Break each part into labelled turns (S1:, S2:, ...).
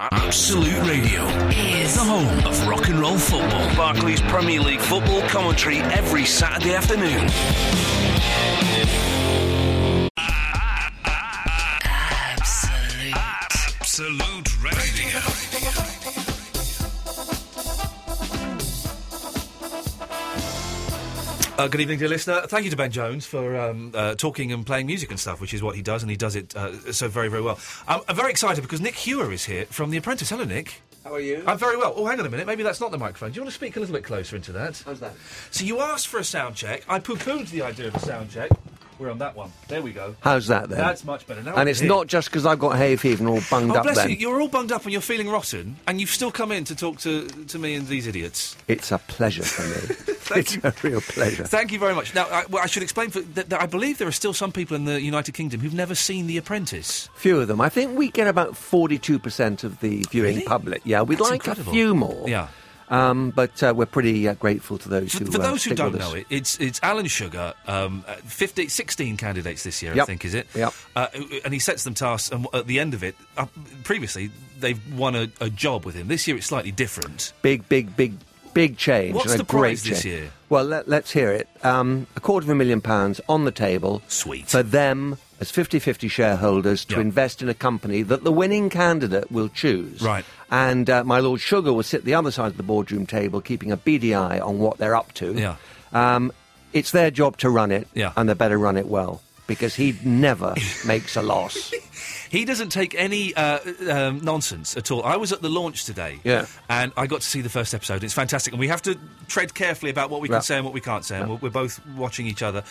S1: Absolute Radio,
S2: is
S1: the home of rock and roll football. Barclays Premier League football commentary every Saturday afternoon.
S2: Absolute.
S1: Absolute Radio.
S3: Uh, good evening, dear listener. Thank you to Ben Jones for um, uh, talking and playing music and stuff, which is what he does, and he does it uh, so very, very well. I'm, I'm very excited because Nick Hewer is here from The Apprentice. Hello, Nick.
S4: How are you?
S3: I'm very well. Oh, hang on a minute. Maybe that's not the microphone. Do you want to speak a little bit closer into that?
S4: How's that?
S3: So you asked for a sound check. I poo-pooed the idea of a sound check. We're on that one. There we go.
S4: How's that then?
S3: That's much better. Now
S4: and
S3: I
S4: it's
S3: can
S4: not just because I've got hay fever and all bunged
S3: hear. Oh,
S4: up
S3: bless
S4: then.
S3: you. You're all bunged up and you're feeling rotten, and you've still come in to talk to, to me and these idiots.
S4: It's a pleasure for me.
S3: Thank
S4: it's
S3: you.
S4: a real pleasure.
S3: Thank you very much. Now, I, well, I should explain for, that, that I believe there are still some people in the United Kingdom who've never seen The Apprentice.
S4: Few of them. I think we get about 42% of the viewing
S3: Really?
S4: public. Yeah, we'd
S3: That's
S4: like
S3: incredible.
S4: a few more.
S3: Yeah.
S4: Um, but uh, we're pretty uh, grateful to those
S3: For,
S4: who
S3: for
S4: uh,
S3: those who
S4: stick
S3: don't
S4: with us.
S3: know it, it's it's Alan Sugar, um, uh, 50, 16 candidates this year, I
S4: Yep.
S3: think, is it?
S4: Yep.
S3: Uh, who- and he sets them tasks, and w- at the end of it, uh, previously they've won a, a job with him. This year it's slightly different.
S4: Big, big, big, big change.
S3: What's
S4: and a
S3: the
S4: great
S3: prize this
S4: change.
S3: year?
S4: Well, let, let's hear it. Um, a quarter of a million pounds on the table.
S3: Sweet.
S4: For them, as 50 50 shareholders, to
S3: Yeah.
S4: invest in a company that the winning candidate will choose.
S3: Right.
S4: And uh, my Lord Sugar will sit the other side of the boardroom table, keeping a beady eye on what they're up to.
S3: Yeah.
S4: Um, it's their job to run it,
S3: Yeah.
S4: and they better run it well. Because he never makes a loss.
S3: He doesn't take any uh, um, nonsense at all. I was at the launch today,
S4: Yeah.
S3: and I got to see the first episode. It's fantastic, and we have to tread carefully about what we
S4: Yeah.
S3: can say and what we can't say. And we're, we're both watching each other.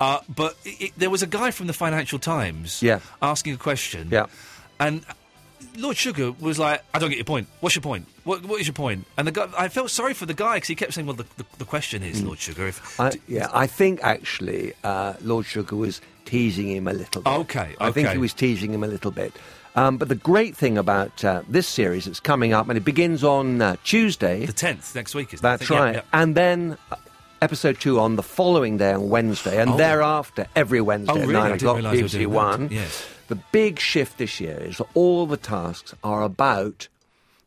S3: Uh, but it, it- there was a guy from the Financial Times,
S4: Yeah.
S3: asking a question,
S4: Yeah.
S3: and. Lord Sugar was like, I don't get your point. What's your point? What, what is your point? And the guy, I felt sorry for the guy because he kept saying, "Well, the, the, the question
S4: Mm.
S3: is, Lord Sugar, if
S4: I, yeah, I think actually uh, Lord Sugar was teasing him a little bit.
S3: Okay,
S4: I think
S3: okay.
S4: he was teasing him a little bit. Um, but the great thing about uh, this series that's coming up, and it begins on uh, Tuesday.
S3: the tenth next week is
S4: that's right. And then uh, episode two on the following day on Wednesday, and
S3: Oh.
S4: thereafter every Wednesday
S3: Oh,
S4: at
S3: really? I
S4: nine
S3: didn't
S4: o'clock,
S3: realise you were
S4: BBC
S3: doing
S4: One.
S3: that. Yes.
S4: The big shift this year is that all the tasks are about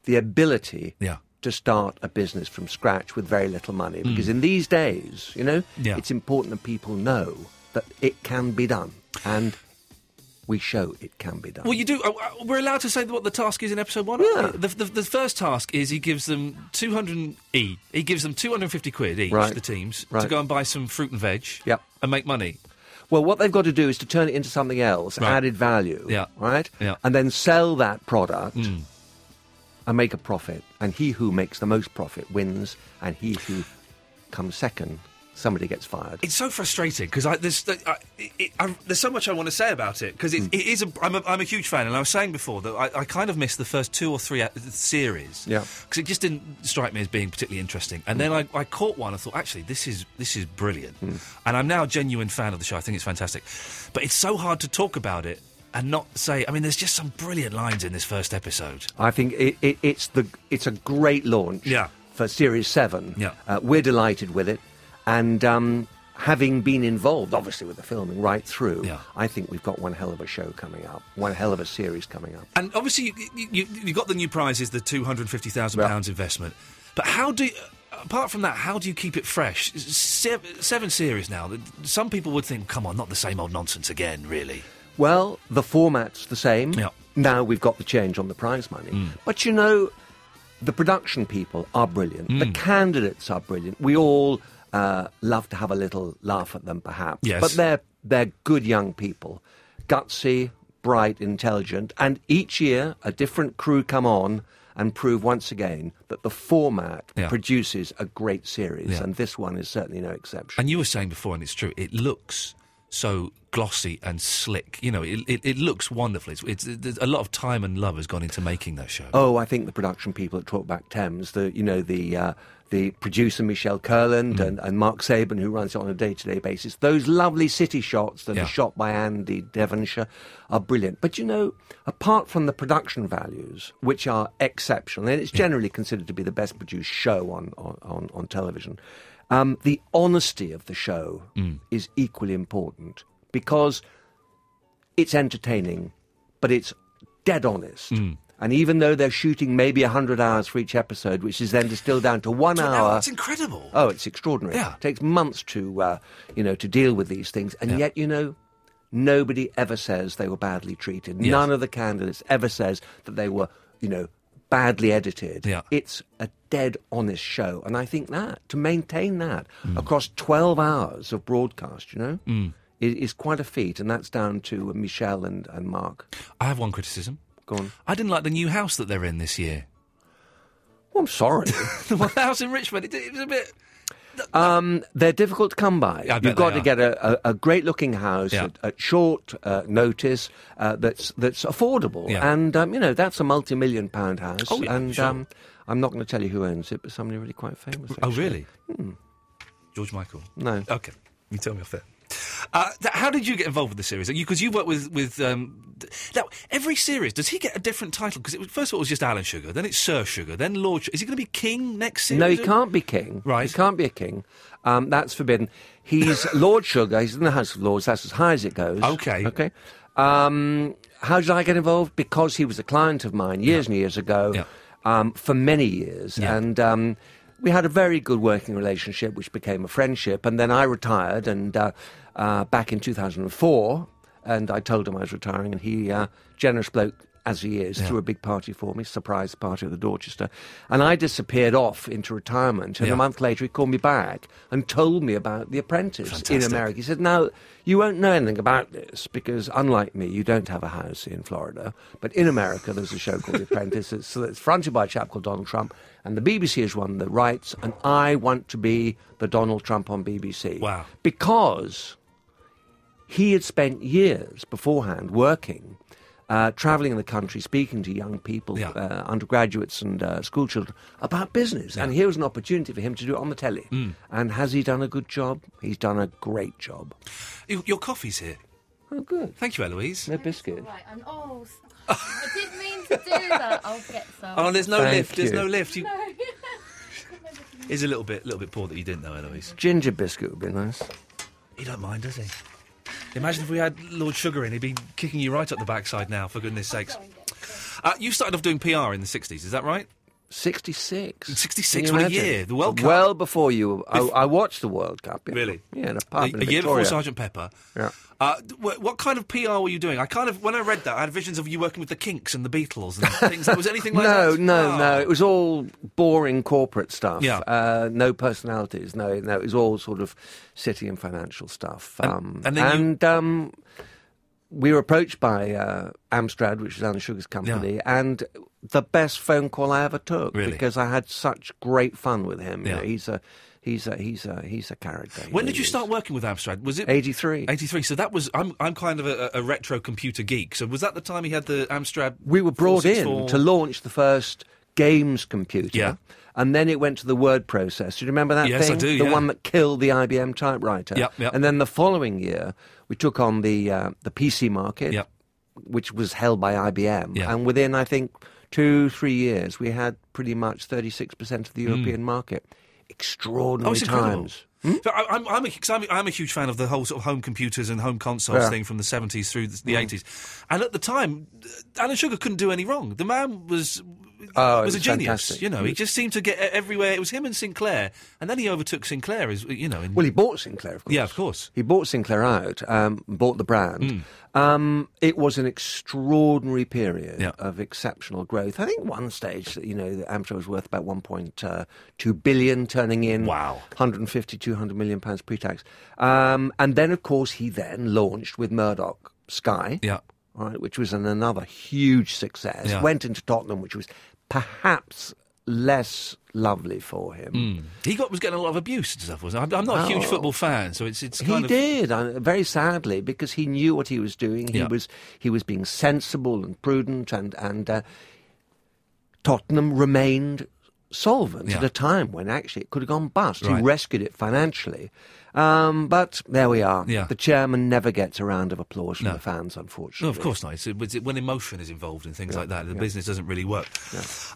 S4: the ability
S3: Yeah. Mm.
S4: to start a business from scratch with very little money. Because in these days, you know,
S3: Yeah.
S4: it's important that people know that it can be done. And we show it can be done.
S3: Well, you do. uh, uh, We're allowed to say what the task is in episode one.
S4: Yeah.
S3: The, the, the first task is he gives them 200 e. He gives them 250 quid each,
S4: Right.
S3: the teams, to
S4: Right.
S3: go and buy some fruit and veg
S4: Yep.
S3: and make money.
S4: Well, what they've got to do is to turn it into something else,
S3: Right.
S4: added value,
S3: Yeah.
S4: right?
S3: Yeah. Mm.
S4: And then sell that product and make a profit. And he who makes the most profit wins, and he who comes second, somebody gets fired.
S3: It's so frustrating because there's, I, it, I, there's so much I want to say about it because it,
S4: Hmm.
S3: it is. A, I'm, a, I'm a huge fan, and I was saying before that I, I kind of missed the first two or three uh, series.
S4: Yeah.
S3: because it just didn't strike me as being particularly interesting. And then I, I caught one. and thought, actually, this is this is brilliant, and I'm now a genuine fan of the show. I think it's fantastic, but it's so hard to talk about it and not say. I mean, there's just some brilliant lines in this first episode.
S4: I think it, it, it's the it's a great launch
S3: Yeah.
S4: for Series Seven.
S3: Yeah.
S4: Uh, we're delighted with it, and um, having been involved, obviously, with the filming right through,
S3: Yeah.
S4: I think we've got one hell of a show coming up, one hell of a series coming up.
S3: And obviously, you, you, you, you got the new prizes, the two hundred fifty thousand pounds investment. But how do, apart from that, how do you keep it fresh? Se- seven series now. th- Some people would think, come on, not the same old nonsense again, really.
S4: Well, the format's the same.
S3: Yeah. Mm.
S4: Now we've got the change on the prize money. But you know, the production people are brilliant.
S3: Mm.
S4: The candidates are brilliant. We all uh, love to have a little laugh at them, perhaps.
S3: Yes.
S4: But they're, they're good young people, gutsy, bright, intelligent. And each year, a different crew come on and prove once again that the format
S3: Yeah.
S4: produces a great series.
S3: Yeah.
S4: And this one is certainly no exception.
S3: And you were saying before, and it's true. It looks so glossy and slick. You know, it, it, it looks wonderful. It's, it's there's a lot of time and love has gone into making that show.
S4: Oh, I think the production people at Talkback Thames, the you know the uh, the the producer Michelle Curland and, and Mark Saban, who runs it on a day to day basis. Those lovely city shots that
S3: Yeah.
S4: are shot by Andy Devonshire are brilliant. But you know, apart from the production values, which are exceptional, and it's generally considered to be the best produced show on, on, on, on television, um, the honesty of the show is equally important because it's entertaining, but it's dead honest.
S3: Mm,
S4: And even though they're shooting maybe 100 hours for each episode, which is then distilled down to one hour.
S3: That's incredible.
S4: Oh, it's extraordinary.
S3: Yeah.
S4: It takes months to, uh, you know, to deal with these things. And yet, you know, nobody ever says they were badly treated.
S3: Yes.
S4: None of the candidates ever says that they were, you know, badly edited.
S3: Yeah.
S4: It's a dead honest show. And I think that, to maintain that
S3: Mm.
S4: across 12 hours of broadcast, you know, i- is, quite a feat. And that's down to uh, Michelle and, and Mark.
S3: I have one criticism.
S4: Go on.
S3: I didn't like the new house that they're in this year.
S4: Well, I'm sorry.
S3: the one house in Richmond. It, it was a bit.
S4: Um, They're difficult to come by.
S3: Yeah, I bet
S4: You've got to
S3: they are.
S4: get a, a, a great looking house
S3: Yeah.
S4: at, at short uh, notice uh, that's that's affordable,
S3: Yeah.
S4: and um, you know that's a multi million pound house.
S3: Oh, yeah,
S4: and
S3: sure.
S4: um, I'm not going to tell you who owns it, but somebody really quite famous.
S3: Oh,
S4: actually. Hmm.
S3: really? George Michael.
S4: No.
S3: Okay, you tell me off there. Uh, th- how did you get involved with the series? Because you, work with with um, th- now every series. Does he get a different title? Because first of all, it was just Alan Sugar, then it's Sir Sugar, then Lord. Sugar. Is he going to be King next series?
S4: No, he can't be king.
S3: Right.
S4: He can't be a king. Um, that's forbidden. He's Lord Sugar. He's in the House of Lords. That's as high as it goes.
S3: Okay.
S4: Okay. Um, how did I get involved? Because he was a client of mine years and years ago,
S3: Yeah.
S4: um, for many years.
S3: Yeah.
S4: And um, we had a very good working relationship, which became a friendship. And then I retired, and uh, uh, back in 2004, and I told him I was retiring, and he, uh, generous bloke as he is, threw a big party for me, surprise party at the Dorchester. And I disappeared off into retirement. And
S3: Yeah.
S4: a month later, he called me back and told me about The Apprentice
S3: Fantastic.
S4: in America. He said, Now, you won't know anything about this because, unlike me, you don't have a house in Florida. But in America, there's a show called The Apprentice that's, that's fronted by a chap called Donald Trump. And the BBC has won the rights. And I want to be the Donald Trump on BBC.
S3: Wow.
S4: Because he had spent years beforehand working, uh, traveling the country, speaking to young people,
S3: Yeah.
S4: uh, undergraduates and uh, school children about business. And here was an opportunity for him to do it on the telly.
S3: Mm.
S4: And has he done a good job? He's done a great job.
S3: Your, your coffee's here.
S4: Oh, good.
S3: Thank you, Eloise.
S4: No biscuit.
S5: Right, I'm old. I didn't mean to do that. I'll get some.
S3: Oh, there's no
S4: Thank
S3: lift. There's
S4: you.
S3: no lift. You... Is a little bit, little bit poor that you didn't know, Eloise.
S4: Ginger biscuit would be nice.
S3: He don't mind, does he? Imagine if we had Lord Sugar in, he'd be kicking you right up the backside now, for goodness sakes. Uh, you started off doing PR in the 60s, is that right?
S4: 66.
S3: 66,
S4: Can you
S3: what a
S4: imagine?
S3: year. The World Cup.
S4: Well before you. I, I watched the World Cup. yeah.
S3: Really?
S4: Yeah, in a
S3: A,
S4: pub in
S3: a year before
S4: Victoria.
S3: Sergeant Pepper.
S4: Yeah.
S3: Uh, d- wh- what kind of PR were you doing? I kind of, when I read that, I had visions of you working with the Kinks and the Beatles and things. Was it anything like
S4: no,
S3: that?
S4: no,
S3: Oh.
S4: no. It was all boring corporate stuff.
S3: Yeah.
S4: Uh, no personalities. No, no. It was all sort of city and financial stuff. Um,
S3: and then you-
S4: and, um, we were approached by uh, Amstrad, which is Alan Sugar's company, and the best phone call I ever took
S3: Really?
S4: because I had such great fun with him. You
S3: Yeah.
S4: know, he's a he's a he's a he's a character. He
S3: When
S4: really
S3: did you
S4: is.
S3: start working with Amstrad? Was it
S4: 83.
S3: 83. So that was I'm I'm kind of a, a retro computer geek. So was that the time he had the Amstrad?
S4: we were brought in
S3: 464?
S4: to launch the first games computer.
S3: Yeah.
S4: And then it went to the word processor. Do you remember that
S3: Yes, I
S4: thing?
S3: do,
S4: The
S3: yeah.
S4: one that killed the IBM typewriter.
S3: Yep, yep.
S4: And then the following year, we took on the uh, the PC market,
S3: Yep.
S4: which was held by IBM.
S3: Yeah.
S4: And within, I think, two three years, we had pretty much thirty six percent of the European market.
S3: Oh,
S4: Extraordinary
S3: Hmm. it's incredible.
S4: times.
S3: So I, I'm, I'm, a, cause I'm, I'm a huge fan of the whole sort of home computers and home consoles
S4: Yeah. Mm.
S3: thing from the 70s through the, the 80s. And at the time, uh, Alan Sugar couldn't do any wrong. The man was
S4: Oh, it
S3: was a
S4: was
S3: genius.
S4: fantastic.
S3: You know, he just seemed to get e- everywhere. It was him and Sinclair, and then he overtook Sinclair. As you know, in,
S4: Well, he bought Sinclair, of course.
S3: yeah, of course. Hmm.
S4: He bought Sinclair out, um, bought the brand. Um, it was an extraordinary period
S3: Yeah.
S4: of exceptional growth. I think one stage, you know, that Amtrak was worth about 1.2 billion, turning in
S3: Wow.
S4: 150, 200 million pounds pre-tax. Um, and then, of course, he then launched with Murdoch Sky,
S3: Yeah,
S4: all right, which was an, another huge success.
S3: Yeah.
S4: Went into Tottenham, which was perhaps less lovely for him.
S3: Hmm. he got was getting a lot of abuse and stuff. Wasn't he? I'm, I'm not a huge
S4: Oh.
S3: football fan, so it's it's
S4: He
S3: kind of,
S4: did uh, very sadly because he knew what he was doing. He
S3: Yeah.
S4: was he was being sensible and prudent, and and uh, Tottenham remained solvent at
S3: Yeah.
S4: a time when actually it could have gone bust.
S3: Right.
S4: He rescued it financially. Um, but there we are.
S3: Yeah.
S4: The chairman never gets a round of applause from
S3: No.
S4: the fans,
S3: No,
S4: unfortunately.
S3: of course not. It's, it's when emotion is involved in things like that, the business doesn't really work.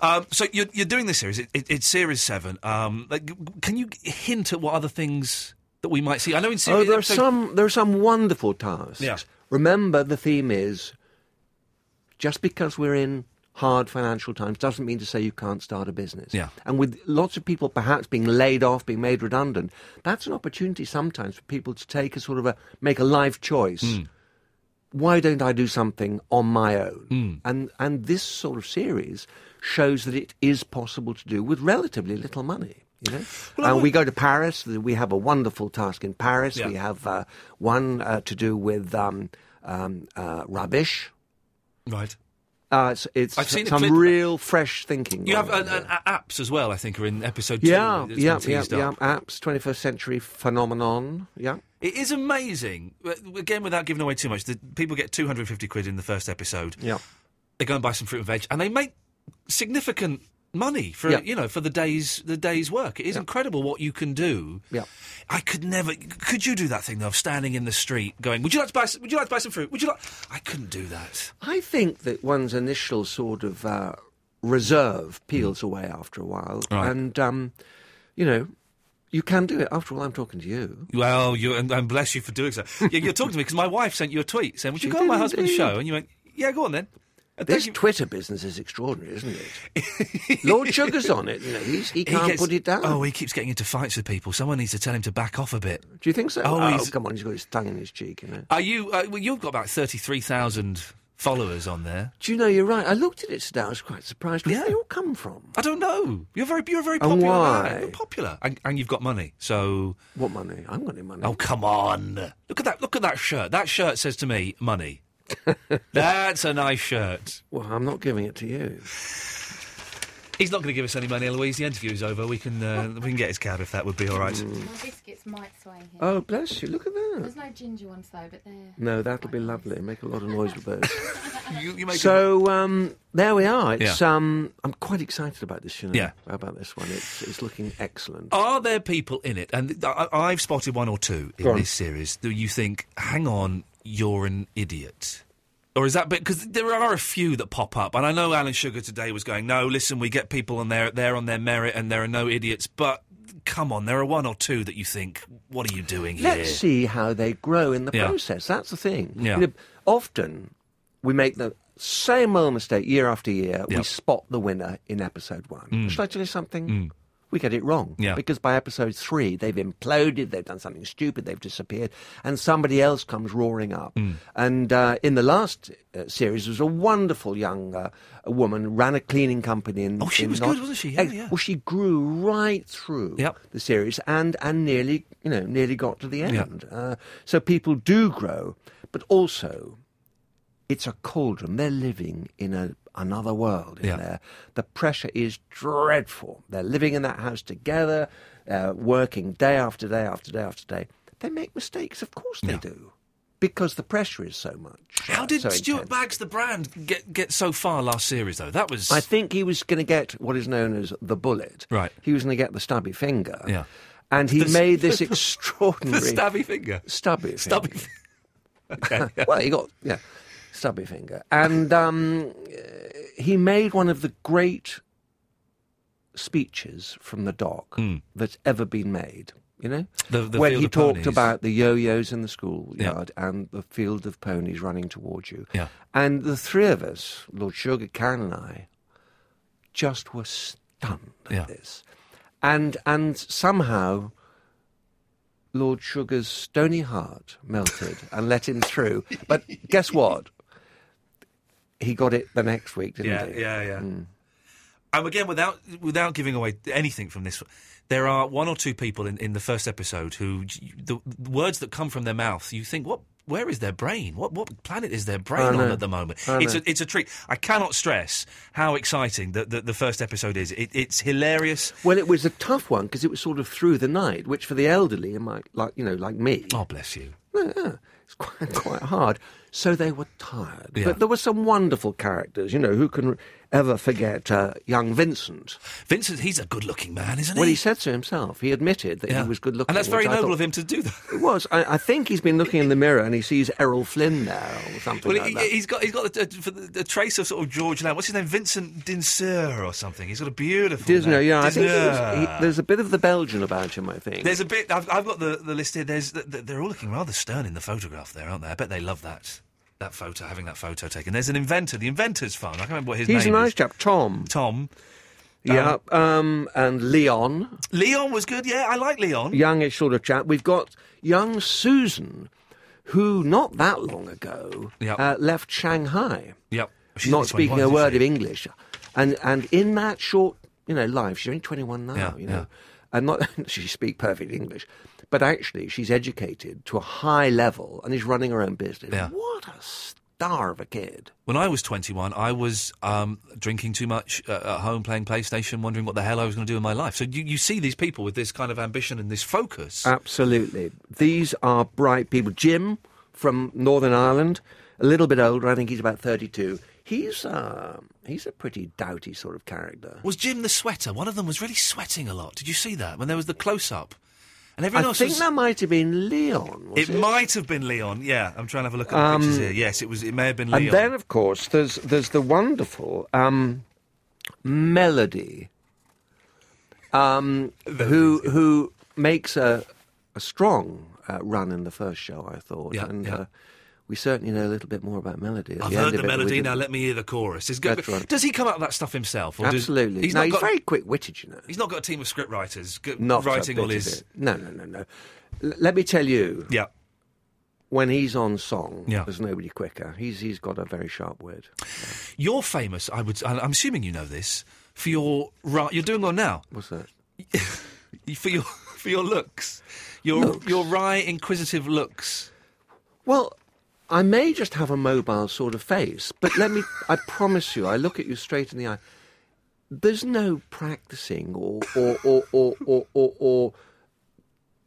S3: Um, so you're, you're doing this series. It, it, it's series seven. Um, like, g- can you hint at what other things that we might see? I know in
S4: Oh,
S3: series
S4: there are
S3: episode-
S4: some. There are some wonderful tasks.
S3: Yeah.
S4: Remember, the theme is just because we're in hard financial times doesn't mean to say you can't start a business.
S3: Yeah.
S4: And with lots of people perhaps being laid off, being made redundant, that's an opportunity sometimes for people to take a sort of a make a life choice.
S3: Hmm.
S4: Why don't I do something on my own?
S3: Hmm.
S4: And and this sort of series shows that it is possible to do with relatively little money. You know,
S3: I
S4: and we go to Paris. We have a wonderful task in Paris.
S3: Yeah.
S4: We have uh, one uh, to do with um, um, uh, rubbish.
S3: Right.
S4: Uh, it's it's
S3: I've seen a
S4: some
S3: clip-
S4: real fresh thinking.
S3: You have
S4: going
S3: an,
S4: on
S3: an,
S4: there.
S3: a- apps as well. I think are in episode two.
S4: yeah,
S3: It's been
S4: yeah, yeah,
S3: teased
S4: yeah.
S3: up.
S4: Apps, 21st century phenomenon. Yeah.
S3: It is amazing. Uh, Again, without giving away too much, the people get 250 quid in the first episode.
S4: Yeah.
S3: They go and buy some fruit and veg, and they make significant money for
S4: Yeah.
S3: you know for the day's the day's work. It is incredible what you can do.
S4: Yeah.
S3: I could never. Could you do that thing though of standing in the street going, "Would you like to buy? s- Would you like to buy some fruit? Would you like?" I couldn't do that.
S4: I think that one's initial sort of uh, reserve peels away after a while,
S3: Hmm. Right.
S4: and um, you know, you can do it. After all, I'm talking to you.
S3: Well, you and, and bless you for doing so. yeah, you're talking to me because my wife sent you a tweet saying, "Would you
S4: She
S3: go on my
S4: did
S3: husband's
S4: indeed.
S3: show?" And you went, "Yeah, go on then." And thank
S4: This
S3: you-
S4: Twitter business is extraordinary, isn't it? Lord Sugar's on it. You know, he's, he
S3: he
S4: can't
S3: gets-
S4: put it down.
S3: Oh, he keeps getting into fights with people. Someone needs to tell him to back off a bit.
S4: Do you think so?
S3: Oh,
S4: Oh,
S3: he's-
S4: come on, he's got his tongue in his cheek, you know.
S3: Are you? Uh, well, you've got about thirty-three thousand followers on there.
S4: Do you know you're right? I looked at it today. I was quite surprised. Where
S3: Yeah.
S4: did they all come from?
S3: I don't know. You're very, you're a very
S4: And
S3: popular.
S4: why?
S3: Man. You're popular, and, and you've got money. So,
S4: What money? I haven't got any money.
S3: oh come on! Look at that! Look at that shirt. That shirt says to me, money. That's a nice shirt.
S4: Well, I'm not giving it to you.
S3: He's not going to give us any money, Eloise. The interview's over. We can uh, we can get his cab if that would be all right.
S4: Mm.
S5: My biscuits might sway here.
S4: Oh, bless you. Look at that.
S5: There's no ginger ones though, but they're.
S4: No, that'll be lovely. Make a lot of noise with those.
S3: You, you make a-
S4: So um, there we are. It's
S3: Yeah.
S4: um, I'm quite excited about this. You know,
S3: Yeah.
S4: about this one. It's it's looking excellent.
S3: Are there people in it? And I, I've spotted one or two in
S4: Go on.
S3: this series that you think, hang on, you're an idiot. Or is that because there are a few that pop up, and I know Alan Sugar today was going, no, listen, we get people on there, they're on their merit, and there are no idiots. But come on, there are one or two that you think, what are you doing here?
S4: Let's see how they grow in the
S3: Yeah.
S4: process. That's the thing.
S3: Yeah.
S4: often we make the same old mistake year after year.
S3: Yeah. Mm.
S4: We spot the winner in episode one. Should I tell you something? We get it wrong.
S3: Yeah.
S4: Because by episode three, they've imploded, they've done something stupid, they've disappeared, and somebody else comes roaring up.
S3: Mm.
S4: And uh, in the last uh, series, there was a wonderful young uh, woman, ran a cleaning company in.
S3: Oh, she
S4: in
S3: was
S4: Not-
S3: good, wasn't she? Yeah,
S4: Ex-
S3: yeah.
S4: Well, she grew right through
S3: Yep.
S4: the series and and nearly you know nearly got to the
S3: Yeah.
S4: end. Uh, so people do grow, but also it's a cauldron. They're living in a another world in
S3: Yeah.
S4: there. The pressure is dreadful. They're living in that house together, uh, working day after day after day after day. They make mistakes, of course they do, because the pressure is so much.
S3: How
S4: uh,
S3: did
S4: so
S3: Stuart
S4: intense.
S3: Baggs, the brand, get, get so far last series, though? That was.
S4: I think he was going to get what is known as the bullet.
S3: Right.
S4: He was going to get the stubby finger.
S3: Yeah.
S4: And he
S3: The s-
S4: made this
S3: the
S4: extraordinary
S3: stabby finger.
S4: stubby finger.
S3: Stubby finger.
S4: well, he got yeah, stubby finger, and um, uh, he made one of the great speeches from the dock that's ever been made. You know,
S3: Hmm. The- the
S4: when
S3: field
S4: he
S3: of
S4: talked
S3: ponies.
S4: about the yo-yos in the
S3: Yeah.
S4: schoolyard and the field of ponies running towards you,
S3: Yeah.
S4: and the three of us, Lord Sugar, Karen, and I, just were stunned at
S3: Yeah.
S4: this, and and somehow. Lord Sugar's stony heart melted and let him through. But guess what? He got it the next week, didn't
S3: Yeah,
S4: he?
S3: yeah, yeah. And again, without without giving away anything from this, there are one or two people in, in the first episode who the, the words that come from their mouth, you think, what? Where is their brain? What what planet is their brain on
S4: know.
S3: at the moment?
S4: I
S3: It's a,
S4: know.
S3: it's a treat. I cannot stress how exciting the, the, the first episode is. It, it's hilarious.
S4: Well, it was a tough one because it was sort of through the night, which for the elderly, and my, like you know, like me,
S3: Oh, bless you.
S4: It's quite, quite hard. So they were tired.
S3: Yeah.
S4: But there were some wonderful characters, you know, who can ever forget uh, young Vincent?
S3: Vincent, he's a good-looking man, isn't he?
S4: Well, he said so himself. He admitted that
S3: Yeah.
S4: he was good looking.
S3: and that's
S4: which
S3: very
S4: I
S3: noble
S4: thought-
S3: of him to do that.
S4: It was. I, I think he's been looking in the mirror and he sees Errol Flynn there or something
S3: Well,
S4: like
S3: he,
S4: that.
S3: he's got he's got a, a, a trace of sort of George Lamb. What's his name? Vincent Dinseur or something. He's got a beautiful.
S4: Disney,
S3: name.
S4: yeah, I think
S3: Dinseur.
S4: he was, he, there's a bit of the Belgian about him. I think
S3: There's a bit. I've, I've got the, the list here. There's th- th- they're all looking rather stern in the photograph there, aren't they? I bet they love that that photo, having that photo taken. There's an inventor. The inventor's fun. I can't remember what his
S4: he's a
S3: name
S4: nice
S3: is.
S4: chap, Tom.
S3: Tom.
S4: yeah, um, and Leon,
S3: Leon was good. Yeah, I like Leon.
S4: youngish sort of chap. We've got young Susan, who not that long ago
S3: Yeah.
S4: uh, left Shanghai,
S3: Yep. She's only
S4: not speaking
S3: 21,
S4: a
S3: isn't
S4: word
S3: she?
S4: of English, and and in that short you know life, she's only twenty one now.
S3: Yeah,
S4: you know.
S3: yeah.
S4: And not she speaks perfect English, but actually she's educated to a high level and is running her own business.
S3: Yeah.
S4: What a star of a kid!
S3: When I was 21, I was um, drinking too much uh, at home, playing PlayStation, wondering what the hell I was going to do in my life. So you, you see these people with this kind of ambition and this focus.
S4: Uh. Absolutely. These are bright people. Jim from Northern Ireland, a little bit older, I think he's about 32. He's, uh, he's a pretty doughty sort of character.
S3: was Jim the sweater? One of them was really sweating a lot. Did you see that when there was the close up? And everyone
S4: I
S3: else
S4: think
S3: was.
S4: that might have been Leon. Was
S3: It
S4: it,
S3: might have been Leon. Yeah, I'm trying to have a look at the pictures here. Yes, it was. It may have been Leon.
S4: Um, And then, of course, there's, there's the wonderful um, Melody, um, who, who makes a, a strong uh, run in the first show, I thought.
S3: Yeah,
S4: and
S3: yeah.
S4: Uh, we certainly know a little bit more about Melody. at
S3: I've
S4: the end
S3: heard
S4: of
S3: the
S4: it, we
S3: melody.
S4: didn't.
S3: Now let me hear the chorus. It's good.
S4: That's right.
S3: Does he come out with that stuff himself? Or does-
S4: Absolutely.
S3: he's
S4: no,
S3: not
S4: he's
S3: got.
S4: very quick witted, you know.
S3: He's not got a team of scriptwriters g-
S4: Not a
S3: writing
S4: bit
S3: all
S4: of
S3: his.
S4: it. No, no, no, no. L- let me tell you,
S3: Yeah.
S4: when he's on song,
S3: Yeah.
S4: there's nobody quicker. He's he's got a very sharp wit.
S3: You're famous. I would. I- I'm assuming you know this for your. ri- You're doing one now
S4: What's that?
S3: for your for your looks, your your wry, inquisitive looks.
S4: Well, I may just have a mobile sort of face, but let me. I promise you, I look at you straight in the eye. There's no practicing or or or or or, or, or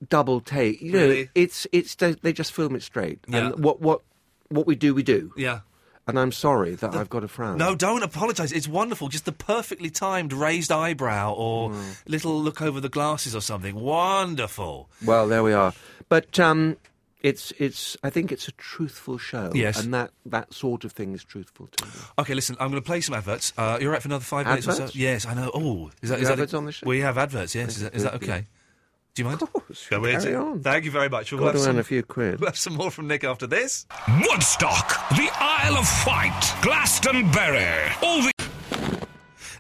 S4: double take. You know,
S3: Really?
S4: it's it's they they just film it straight.
S3: Yeah.
S4: And what what what we do, we do.
S3: Yeah.
S4: And I'm sorry that I've got a frown.
S3: No, don't apologise. It's wonderful. Just the perfectly timed raised eyebrow or
S4: Hmm.
S3: little look over the glasses or something. Wonderful.
S4: Well, there we are. But um, it's it's. I think it's a truthful show.
S3: Yes.
S4: and that that sort of thing is truthful to me.
S3: Okay, listen, I'm going to play some adverts. Uh, you're right for another five minutes or so.
S4: Adverts?
S3: Yes, I know. Oh, is that,
S4: Do
S3: is that
S4: adverts on the show?
S3: We have adverts. Yes, is that, is that okay? Do you mind?
S4: Of course,
S3: Go with
S4: carry
S3: it.
S4: on.
S3: Thank you very much. We'll
S4: Got
S3: have,
S4: to earn
S3: some,
S4: a few quid.
S3: we'll have some more from Nick after this.
S6: Woodstock, the Isle of Wight, Glastonbury, all the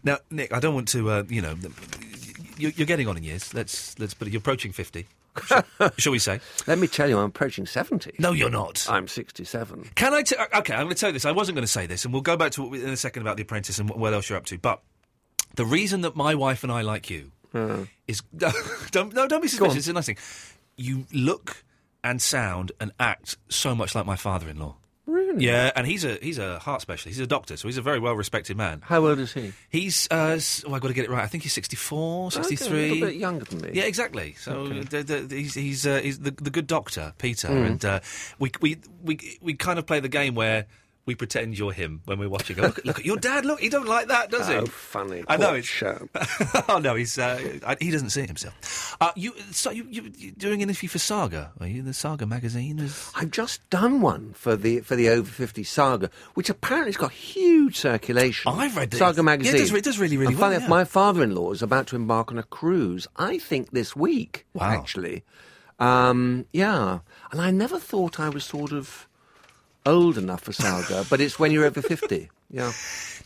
S3: Now, Nick, I don't want to. Uh, you know, you're, you're getting on in years. Let's let's put it. You're approaching fifty. Shall, shall we say?
S4: Let me tell you, I'm approaching seventy.
S3: No, you're not.
S4: I'm sixty-seven.
S3: Can I? T- uh, okay, I'm going to tell you this. I wasn't going to say this, and we'll go back to what we, in a second about the apprentice and wh- what else you're up to. But the reason that my wife and I like you
S4: Uh.
S3: is don't, no, don't be suspicious. It's a nice thing. You look and sound and act so much like my father-in-law.
S4: Really?
S3: Yeah, and he's a he's a heart specialist. He's a doctor, so he's a very well-respected man.
S4: How old is he?
S3: He's uh, s- oh, I got to get it right. I think he's 64,
S4: Okay,
S3: 63.
S4: a little bit younger than me.
S3: Yeah, exactly. So uh, the, the, the- he's he's, uh, he's the, the good doctor, Peter,
S4: Hmm.
S3: and uh, we, we we we kind of play the game where we pretend you're him when we're watching. Oh, look, look at your dad. Look, he don't like that, does he?
S4: Oh, funny.
S3: I know
S4: Poor
S3: it's
S4: chap.
S3: oh no, he's uh, I- he doesn't see it himself. Uh, you so you you you're doing an interview for Saga? Are you the Saga magazine? Is...
S4: I've just done one for the for the over fifty saga, which apparently has got huge circulation.
S3: I've read the-
S4: saga
S3: yeah, it
S4: magazine.
S3: does- it does really, really
S4: And funny
S3: well,
S4: enough,
S3: yeah.
S4: My father-in-law is about to embark on a cruise. I think this week,
S3: Wow.
S4: actually. Um, yeah, and I never thought I was sort of old enough for saga, but it's when you're over fifty. Yeah,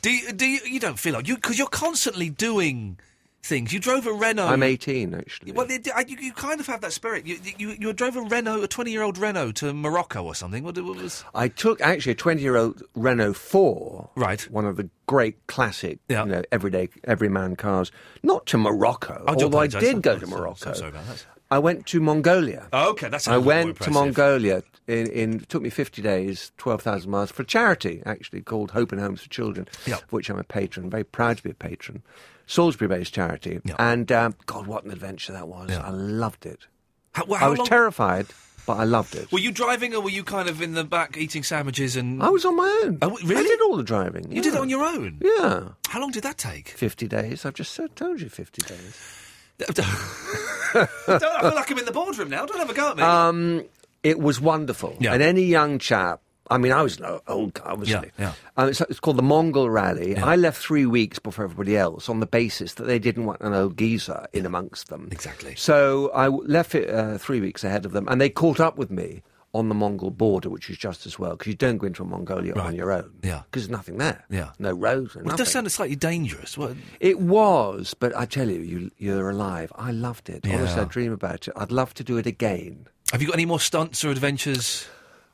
S3: Do you, do you you don't feel like you because you're constantly doing things. You drove a Renault.
S4: I'm eighteen actually.
S3: Well, they, I- you, you kind of have that spirit. You, you, you drove a Renault, a twenty-year-old Renault, to Morocco or something. What, what was?
S4: I took actually a 20 year old Renault 4.
S3: Right.
S4: One of the great classic,
S3: Yeah.
S4: you know, everyday, everyman cars. Not to Morocco,
S3: do
S4: although I
S3: apologise.
S4: did
S3: I'm-
S4: go
S3: I'm
S4: to
S3: so-
S4: Morocco.
S3: so sorry about that.
S4: I went to Mongolia.
S3: Oh, okay, that's.
S4: I went to
S3: impressive.
S4: Mongolia. In, in it took me fifty days, twelve thousand miles for a charity actually called Hope and Homes for Children,
S3: Yeah.
S4: of which I'm a patron. Very proud to be a patron. Salisbury-based charity,
S3: Yeah.
S4: and um, God, what an adventure that was! I loved it.
S3: How, well,
S4: I
S3: how
S4: was
S3: long-
S4: terrified but I loved it.
S3: Were you driving or were you kind of in the back eating sandwiches and.
S4: I was on my own.
S3: Oh, really?
S4: I did all the driving.
S3: You did it on your own?
S4: Yeah.
S3: How long did that take?
S4: 50 days. I've just
S3: uh,
S4: said, told you 50 days.
S3: don't, I feel like I'm in the boardroom now. Don't have a go at me.
S4: Uh, Um, It was wonderful.
S3: Yeah.
S4: And any young chap, I mean, I was an old guy, obviously.
S3: Yeah, yeah.
S4: Um, it's, it's called the Mongol Rally. I left three weeks before everybody else on the basis that they didn't want an old geezer in amongst them.
S3: Exactly.
S4: So I w- left it uh, three weeks ahead of them, and they caught up with me on the Mongol border, which is just as well, because you don't go into Mongolia on your own.
S3: Yeah.
S4: Because there's nothing there.
S3: Yeah.
S4: No roads, no
S3: it
S4: nothing.
S3: does sound slightly dangerous. What?
S4: It was, but I tell you, you you're alive. I loved it. Honestly, I
S3: Yeah.
S4: dream about it. I'd love to do it again.
S3: Have you got any more stunts or adventures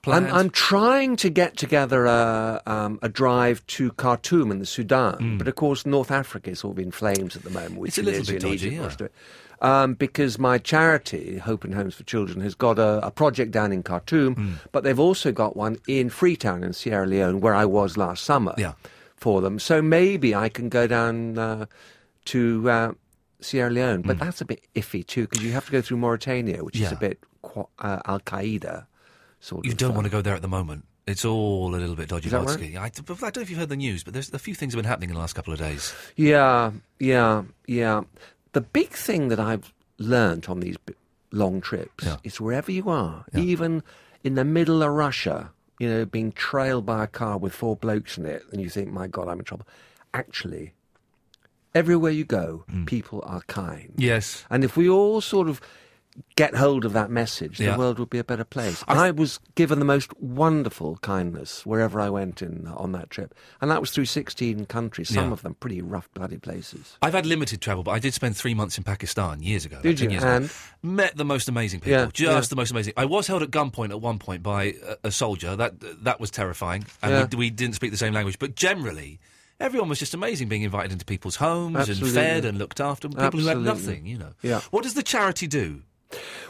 S3: planned?
S4: I'm, I'm trying to get together a, um, a drive to Khartoum in the Sudan, but of course North Africa is all in flames at the moment. Which
S3: Hmm. It's a little bit dodgy, yeah.
S4: Um, because my charity, Hope and Homes for Children, has got a, a project down in Khartoum,
S3: Hmm.
S4: but they've also got one in Freetown in Sierra Leone, where I was last summer
S3: Yeah.
S4: for them. So maybe I can go down uh, to uh, Sierra Leone, but that's a bit iffy too, because you have to go through Mauritania, which is
S3: Mm. Yeah.
S4: a bit qu- uh, Al Qaeda. Sort
S3: You
S4: of,
S3: don't
S4: uh,
S3: want to go there at the moment. It's all a little bit dodgy.
S4: Is that
S3: Mike
S4: right?
S3: Skinner. I, I don't know if you've heard the news, but there's a few things have been happening in the last couple of days.
S4: Yeah, yeah, yeah. The big thing that I've learnt on these b- long trips
S3: Yeah.
S4: is wherever you are, even in the middle of Russia, you know, being trailed by a car with four blokes in it, and you think, my God, I'm in trouble. Actually, everywhere you go, people are kind.
S3: Mm. Yes.
S4: And if we all sort of get hold of that message,
S3: Yeah.
S4: the world would be a better place. I, was given the most wonderful kindness wherever I went in on that trip, and that was through 16 countries, some
S3: Yeah.
S4: of them pretty rough, bloody places.
S3: I've had limited travel, but I did spend three months in Pakistan years ago. about
S4: Did you?
S3: 10 Years ago.
S4: And?
S3: Met the most amazing people.
S4: Yeah,
S3: just
S4: yeah.
S3: the most amazing. I was held at gunpoint at one point by a, a soldier. That that was terrifying, and
S4: Yeah.
S3: we, we didn't speak the same language. But generally, everyone was just amazing, being invited into people's homes
S4: Absolutely.
S3: and fed and looked after. People who had
S4: Absolutely.
S3: nothing, you know.
S4: Yeah.
S3: What does the charity do?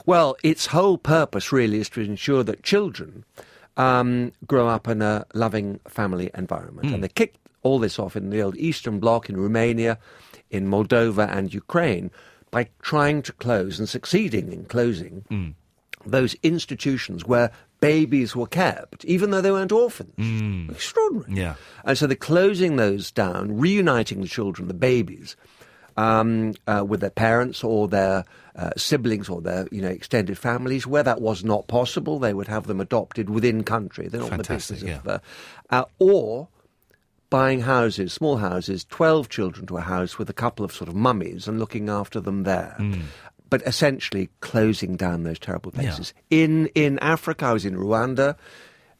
S4: Well, its whole purpose really is to ensure that children um, grow up in a loving family environment.
S3: Hmm.
S4: And they kicked all this off in the old Eastern Bloc, in Romania, in Moldova, and Ukraine by trying to close and succeeding in closing
S3: Hmm.
S4: those institutions where babies were kept, even though they weren't orphans.
S3: Hmm.
S4: Extraordinary.
S3: Yeah.
S4: And so they're closing those down, reuniting the children, the babies, um, uh, with their parents or their uh, siblings or their you know extended families. Where that was not possible, they would have them adopted within country. They're not
S3: Fantastic,
S4: in the business of, uh, uh, or buying houses, small houses, 12 children to a house with a couple of sort of mummies and looking after them there.
S3: Mm,
S4: But essentially closing down those terrible places. In, in Africa, I was in Rwanda,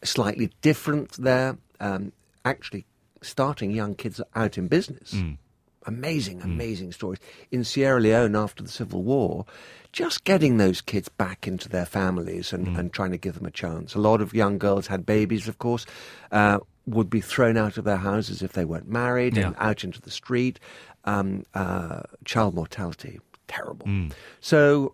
S4: slightly different there, um, actually starting young kids out in business. Amazing, amazing stories. In Sierra Leone after the Civil War, just getting those kids back into their families and, and trying to give them a chance. A lot of young girls had babies, of course, uh, would be thrown out of their houses if they weren't married and
S3: Yeah.
S4: out into the street. Um, uh, child mortality, terrible.
S3: mm.
S4: So,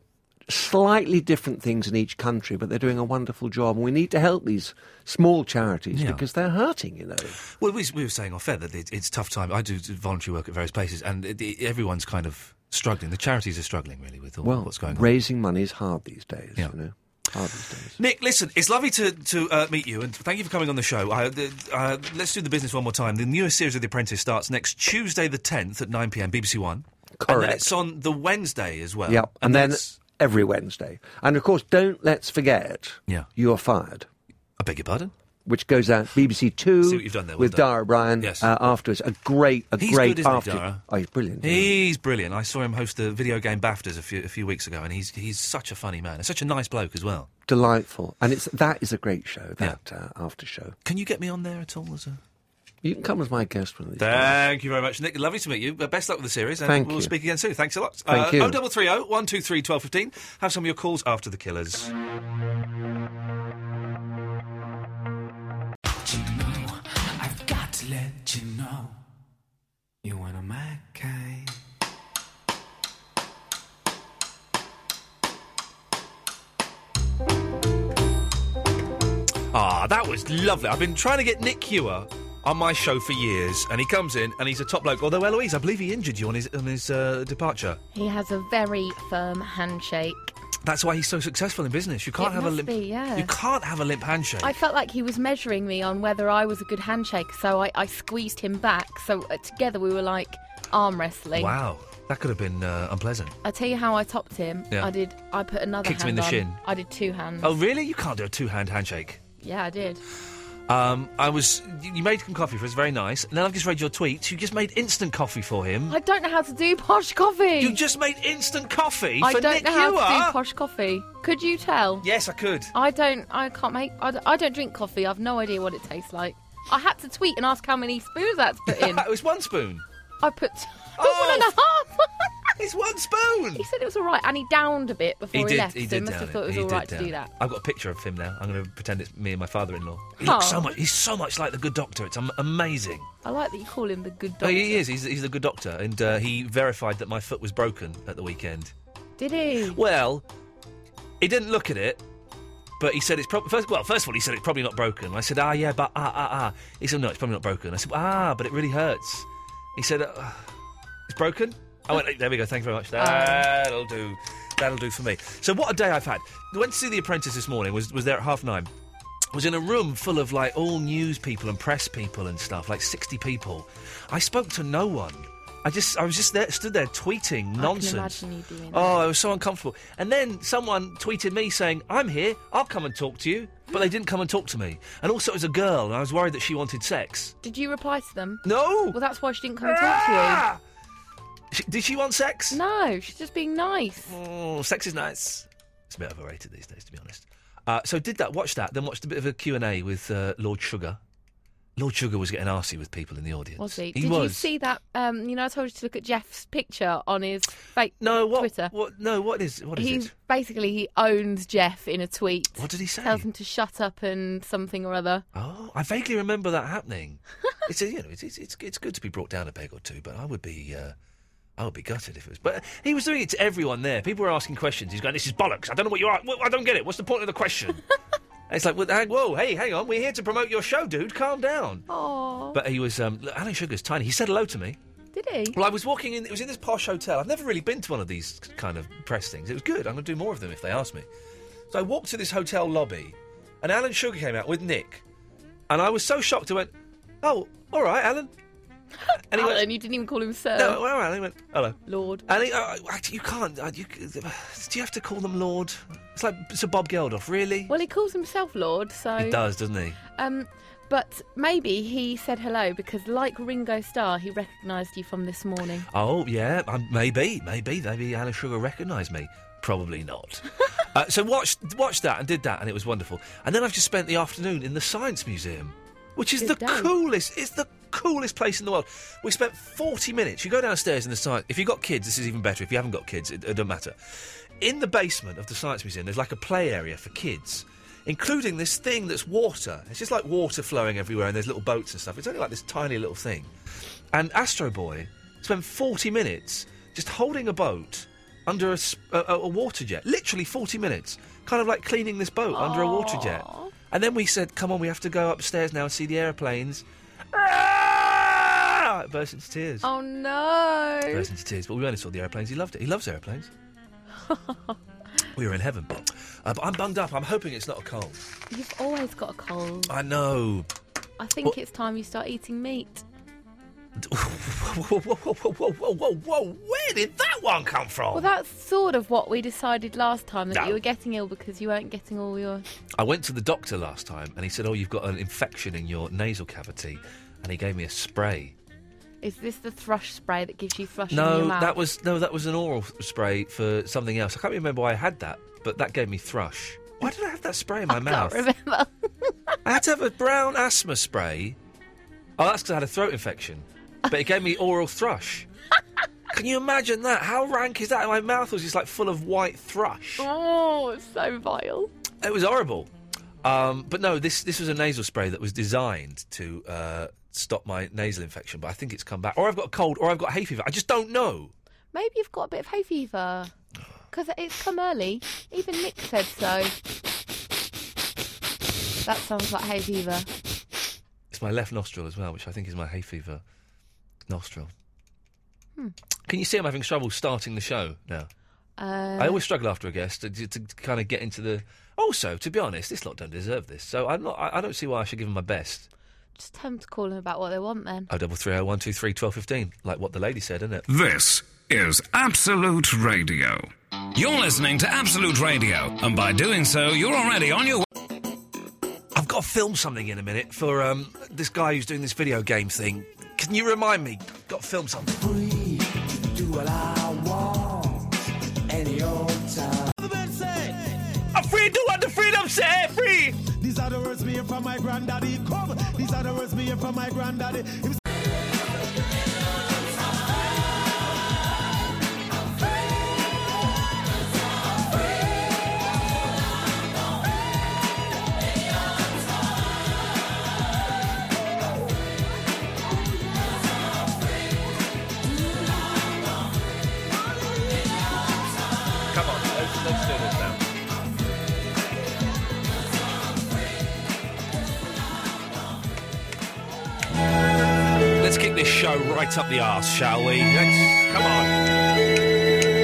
S4: slightly different things in each country, but they're doing a wonderful job. And we need to help these small charities
S3: Yeah.
S4: because they're hurting, you know.
S3: Well, we, we were saying off air that it, it's tough time. I do voluntary work at various places, and it, it- everyone's kind of struggling. The charities are struggling really with all,
S4: Well,
S3: what's going on.
S4: raising money is hard these days,
S3: Yeah.
S4: you know. Hard these days.
S3: Nick, listen, it's lovely to, to uh, meet you, and thank you for coming on the show. I, the, uh, let's do the business one more time. The newest series of The Apprentice starts next Tuesday, the 10th at 9 pm, BBC One. And then
S4: Correct.
S3: it's on the Wednesday as well.
S4: Yep. And, then
S3: it's-
S4: every Wednesday. And of course, don't let's forget
S3: Yeah.
S4: You Are Fired,
S3: I beg your pardon?
S4: which goes out BBC Two
S3: See what you've done there, well
S4: with
S3: done.
S4: Dara Bryan
S3: Yes.
S4: uh, afterwards. A great, a
S3: He's
S4: great
S3: good, isn't he,
S4: after.
S3: Dara?
S4: Oh, he's brilliant. yeah.
S3: He's brilliant. I saw him host the video game BAFTAs a few, a few weeks ago, and he's, he's such a funny man. and such a nice bloke as well.
S4: Delightful. And it's that is a great show,
S3: Yeah.
S4: that uh, after show.
S3: Can you get me on there at all as a.
S4: You can come as my guest one of these days.
S3: Thank you very much, Nick. Lovely to meet you. Uh, Best luck with the series, and
S4: Thank
S3: we'll
S4: you.
S3: speak again soon. Thanks a lot. Uh,
S4: Thank you.
S3: 0330 123 1215. Have some of your calls after the killers.
S7: I've got to let you know you're one of my kind.
S3: Ah, that was lovely. I've been trying to get Nick Hewer on my show for years, and he comes in and he's a top bloke. Although Eloise, I believe he injured you on his on his uh, departure.
S5: He has a very firm handshake.
S3: That's why he's so successful in business. You can't
S5: It
S3: have a
S5: must
S3: limp.
S5: be, yeah.
S3: You can't have a limp handshake.
S5: I felt like he was measuring me on whether I was a good handshake, so I, I squeezed him back. So uh, together we were like arm wrestling.
S3: Wow, that could have been uh, unpleasant.
S5: I tell you how I topped him.
S3: Yeah.
S5: I did. I put another
S3: Kicked him
S5: hand
S3: in the
S5: on.
S3: shin.
S5: I did two hands.
S3: Oh, really? You can't do a two-hand handshake.
S5: Yeah, I did.
S3: Um, I was. You you made some coffee for us, very nice. And then I've just read your tweets. You just made instant coffee for him.
S5: I don't know how to do posh coffee.
S3: You just made instant coffee
S5: I
S3: for
S5: don't
S3: Nick
S5: know how to
S3: Ewer?
S5: do posh coffee. Could you tell?
S3: Yes, I could.
S5: I don't. I can't make. I, d- I don't drink coffee. I've no idea what it tastes like. I had to tweet and ask how many spoons that's put in.
S3: it was one spoon.
S5: I put
S3: Oh.
S5: one and a half.
S3: It's one spoon.
S5: he said it was all right, and he downed a bit before he, left. so he must
S3: down
S5: have thought it was
S3: He
S5: all
S3: did
S5: right to
S3: down
S5: do
S3: it.
S5: that.
S3: I've got a picture of him now. I'm going to pretend it's me and my father-in-law. He
S5: Oh.
S3: looks so much. He's so much like the good doctor. It's am- amazing.
S5: I like that you call him the good
S3: No,
S5: doctor.
S3: he is. He's, he's the good doctor, and uh, he verified that my foot was broken at the weekend.
S5: Did he?
S3: Well, he didn't look at it, but he said it's probably first. Well, first of all, he said it's probably not broken. I said, ah, yeah, but ah, ah, ah. He said, no, it's probably not broken. I said, ah, but it really hurts. He said, uh, it's broken. I went, there we go. Thank you very much. That'll do. That'll do for me. So what a day I've had. Went to see The Apprentice this morning. Was was there at half nine. Was in a room full of like all news people and press people and stuff, like sixty people. I spoke to no one. I just I was just there, stood there tweeting nonsense.
S5: imagine you doing
S3: Oh, it was so uncomfortable. And then someone tweeted me saying, I'm here, I'll come and talk to you. But they didn't come and talk to me. And also, it was a girl, and I was worried that she wanted sex.
S5: Did you reply to them?
S3: No!
S5: Well, that's why she didn't come and talk to
S3: Sh- Did she want sex?
S5: you. No, she's just being nice.
S3: Oh, sex is nice. It's a bit overrated these days, to be honest. Uh, so did that, watched that, then watched a bit of a Q&A with uh, Lord Sugar. Lord Sugar was getting arsy with people in the audience.
S5: Was he? Did
S3: was.
S5: you see that? Um, you know, I told you to look at Jeff's picture on his fa-
S3: No, what?
S5: Twitter.
S3: What? No, what is? What is
S5: He's
S3: it?
S5: basically he owns Jeff in a tweet.
S3: What did he say?
S5: Tells him to shut up and something or other.
S3: Oh, I vaguely remember that happening. it's a, you know, it's, it's it's it's good to be brought down a peg or two, but I would be. Uh, I would be gutted if it was. But he was doing it to everyone there. People were asking questions. He's going, "This is bollocks. I don't know what you are. Well, I don't get it. What's the point of the question?" And it's like, well, hang, "Whoa, hey, hang on. We're here to promote your show, dude. Calm down."
S5: Oh,
S3: But he was. Um, look, Alan Sugar's tiny. He said hello to me.
S5: did he?
S3: Well, I was walking in. It was in this posh hotel. I've never really been to one of these kind of press things. It was good. I'm going to do more of them if they ask me. So I walked to this hotel lobby, and Alan Sugar came out with Nick, and I was so shocked. I went, "Oh, all right, Alan." And he
S5: Alan,
S3: went,
S5: you didn't even call him sir.
S3: "No, all right, Alan." He went, "Hello."
S5: Lord.
S3: And he, uh, actually, you can't. Uh, you, do you have to call them Lord? It's like Sir Bob Geldof, really.
S5: Well, he calls himself Lord, so.
S3: He does, doesn't he?
S5: Um, but maybe he said hello because, like Ringo Starr, he recognised you from this morning.
S3: Oh, yeah, um, maybe, maybe, maybe Alan Sugar recognised me. Probably not. uh, so watch, watch that and did that, and it was wonderful. And then I've just spent the afternoon in the Science Museum, which is
S5: Good
S3: the
S5: day.
S3: coolest. It's the coolest place in the world. We spent 40 minutes. You go downstairs in the science. If you've got kids, this is even better. If you haven't got kids, it, it doesn't matter. In the basement of the Science Museum, there's like a play area for kids. Including this thing that's water. It's just like water flowing everywhere, and there's little boats and stuff. It's only like this tiny little thing. And Astro Boy spent 40 minutes just holding a boat under a, s- a- a- a water jet. Literally 40 minutes. Kind of like cleaning this boat under a water jet. And then we said, come on, we have to go upstairs now and see the airplanes. Ah! It burst into tears.
S5: Oh no!
S3: Burst into tears. But we only saw the airplanes. He loved it. He loves airplanes. we were in heaven. Uh, but I'm bunged up. I'm hoping it's not a cold.
S5: You've always got a cold.
S3: I know.
S5: I think
S3: Well-
S5: it's time you start eating meat.
S3: whoa, whoa, whoa, whoa, whoa, whoa, whoa, whoa. Where did that one come from?
S5: Well, that's sort of what we decided last time that
S3: Oh. No.
S5: you were getting ill because you weren't getting all your.
S3: I went to the doctor last time and he said, Oh, you've got an infection in your nasal cavity. And he gave me a spray.
S5: Is this the thrush spray that gives you thrush in your
S3: No,
S5: mouth?
S3: that was no, that was an oral spray for something else. I can't remember why I had that, but that gave me thrush. Why did I have that spray in my mouth?
S5: Can't remember.
S3: I had to have a brown asthma spray. Oh, that's because I had a throat infection, but it gave me oral thrush. Can you imagine that? How rank is that? My mouth was just like full of white thrush.
S5: oh, it's so vile.
S3: It was horrible. Um, but no, this this was a nasal spray that was designed to uh, stop my nasal infection. But I think it's come back, or I've got a cold, or I've got hay fever. I just don't know.
S5: Maybe you've got a bit of hay fever because it's come early. Even Nick said so. That sounds like hay fever.
S3: It's my left nostril as well, which I think is my hay fever nostril. Can you see I'm having trouble starting the show now?
S5: Uh,
S3: I always struggle after a guest to, to, to kind of get into the. Also, to be honest, this lot don't deserve this, so I'm not. I, I don't see why I should give them my best.
S5: just tell them to call them about what they want then.
S3: Oh, double three, oh, one, two, three, twelve, fifteen. Like what the lady said, isn't it?
S6: This is Absolute Radio. You're listening to Absolute Radio, and by doing so, you're already on your
S3: I've got to film something in a minute for um, this guy who's doing this video game thing. Can you remind me? Got to film something. I'm free to what the freedom say, free.
S8: These are the words me hear from my granddaddy. Come, these are the words me hear from my granddaddy. Him say,
S3: Come on, let's, let's do this now. Let's kick this show right up the arse, shall we? Let's come on.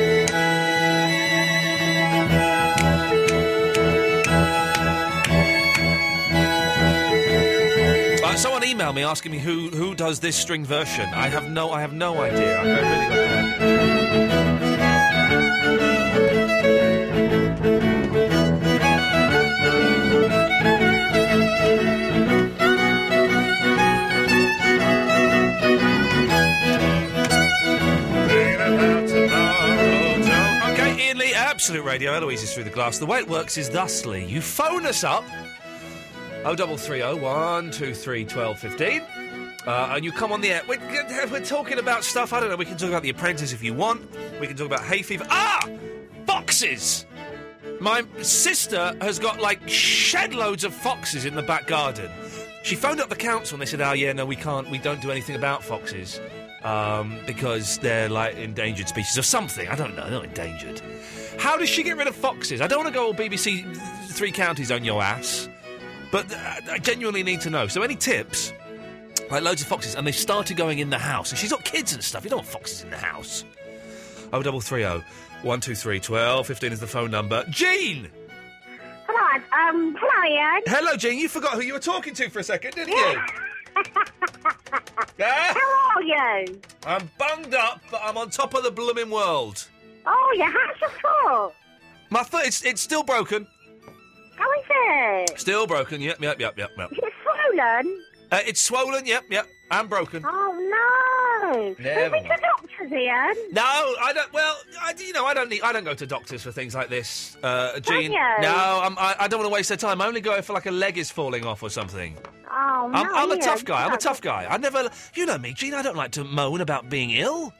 S3: Uh, someone emailed me asking me who who does this string version. I have no I have no idea. I've really got no idea. Okay, Ian Lee, Absolute Radio, Eloise is through the glass. The way it works is thusly. You phone us up, oh, 0330 123 1215, uh, and you come on the air. We're, we're talking about stuff, I don't know, we can talk about The Apprentice if you want, we can talk about hay fever. Ah! Foxes! My sister has got like shed loads of foxes in the back garden. She phoned up the council and they said, "Oh yeah, no, we can't. We don't do anything about foxes um, because they're like endangered species or something. I don't know. They're not endangered. How does she get rid of foxes? I don't want to go all BBC Three Counties on your ass, but uh, I genuinely need to know. So any tips? Like loads of foxes, and they started going in the house. And she's got kids and stuff. You don't want foxes in the house. Oh, double three oh. 123 12 15 is the phone number. Jean!
S9: Come on. Um, hello, Ian.
S3: Hello, Jean. You forgot who you were talking to for a second, didn't you? yeah?
S9: How are you?
S3: I'm bunged up, but I'm on top of the blooming world.
S9: Oh, your hat's a foot.
S3: My foot, it's, it's still broken.
S9: How is it?
S3: Still broken, yep, yep, yep, yep, yep.
S9: Is it swollen?
S3: Uh, it's swollen, yep, yep, and broken.
S9: Oh, no.
S3: Never
S9: Maybe to
S3: mind.
S9: doctors, Ian.
S3: No, I don't. Well, I, you know, I don't need. I don't go to doctors for things like this, uh, Jean.
S9: you?
S3: No, I'm, I, I don't want to waste their time. I only go if like a leg is falling off or something.
S9: Oh, no,
S3: I'm, I'm a
S9: Ian,
S3: tough guy. I'm a
S9: no.
S3: tough guy. I never, you know me, Gene. I don't like to moan about being ill.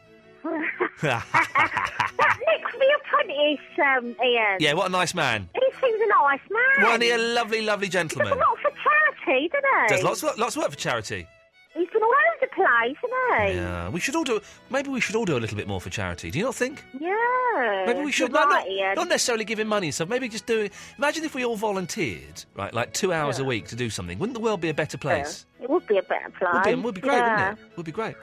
S9: That Nick for your apprentice, um, Ian.
S3: yeah, what a nice man.
S9: He seems a nice man.
S3: Wasn't he a lovely, lovely
S9: Does a
S3: gentleman?
S9: lot for charity, doesn't he?
S3: Does lots of, lots of work for charity.
S9: He's been all over the place, hasn't he?
S3: Yeah, we should all do. Maybe we should all do a little bit more for charity. Do you not think?
S9: Yeah.
S3: Maybe we should
S9: You're
S3: no,
S9: right,
S3: not,
S9: Ian.
S3: not necessarily giving money and stuff. Maybe just doing. Imagine if we all volunteered, right? Like two hours a week to do something. Wouldn't the world be a better place?
S9: It would be a better place.
S3: Would be, would be great,
S9: yeah.
S3: wouldn't it? Would be great.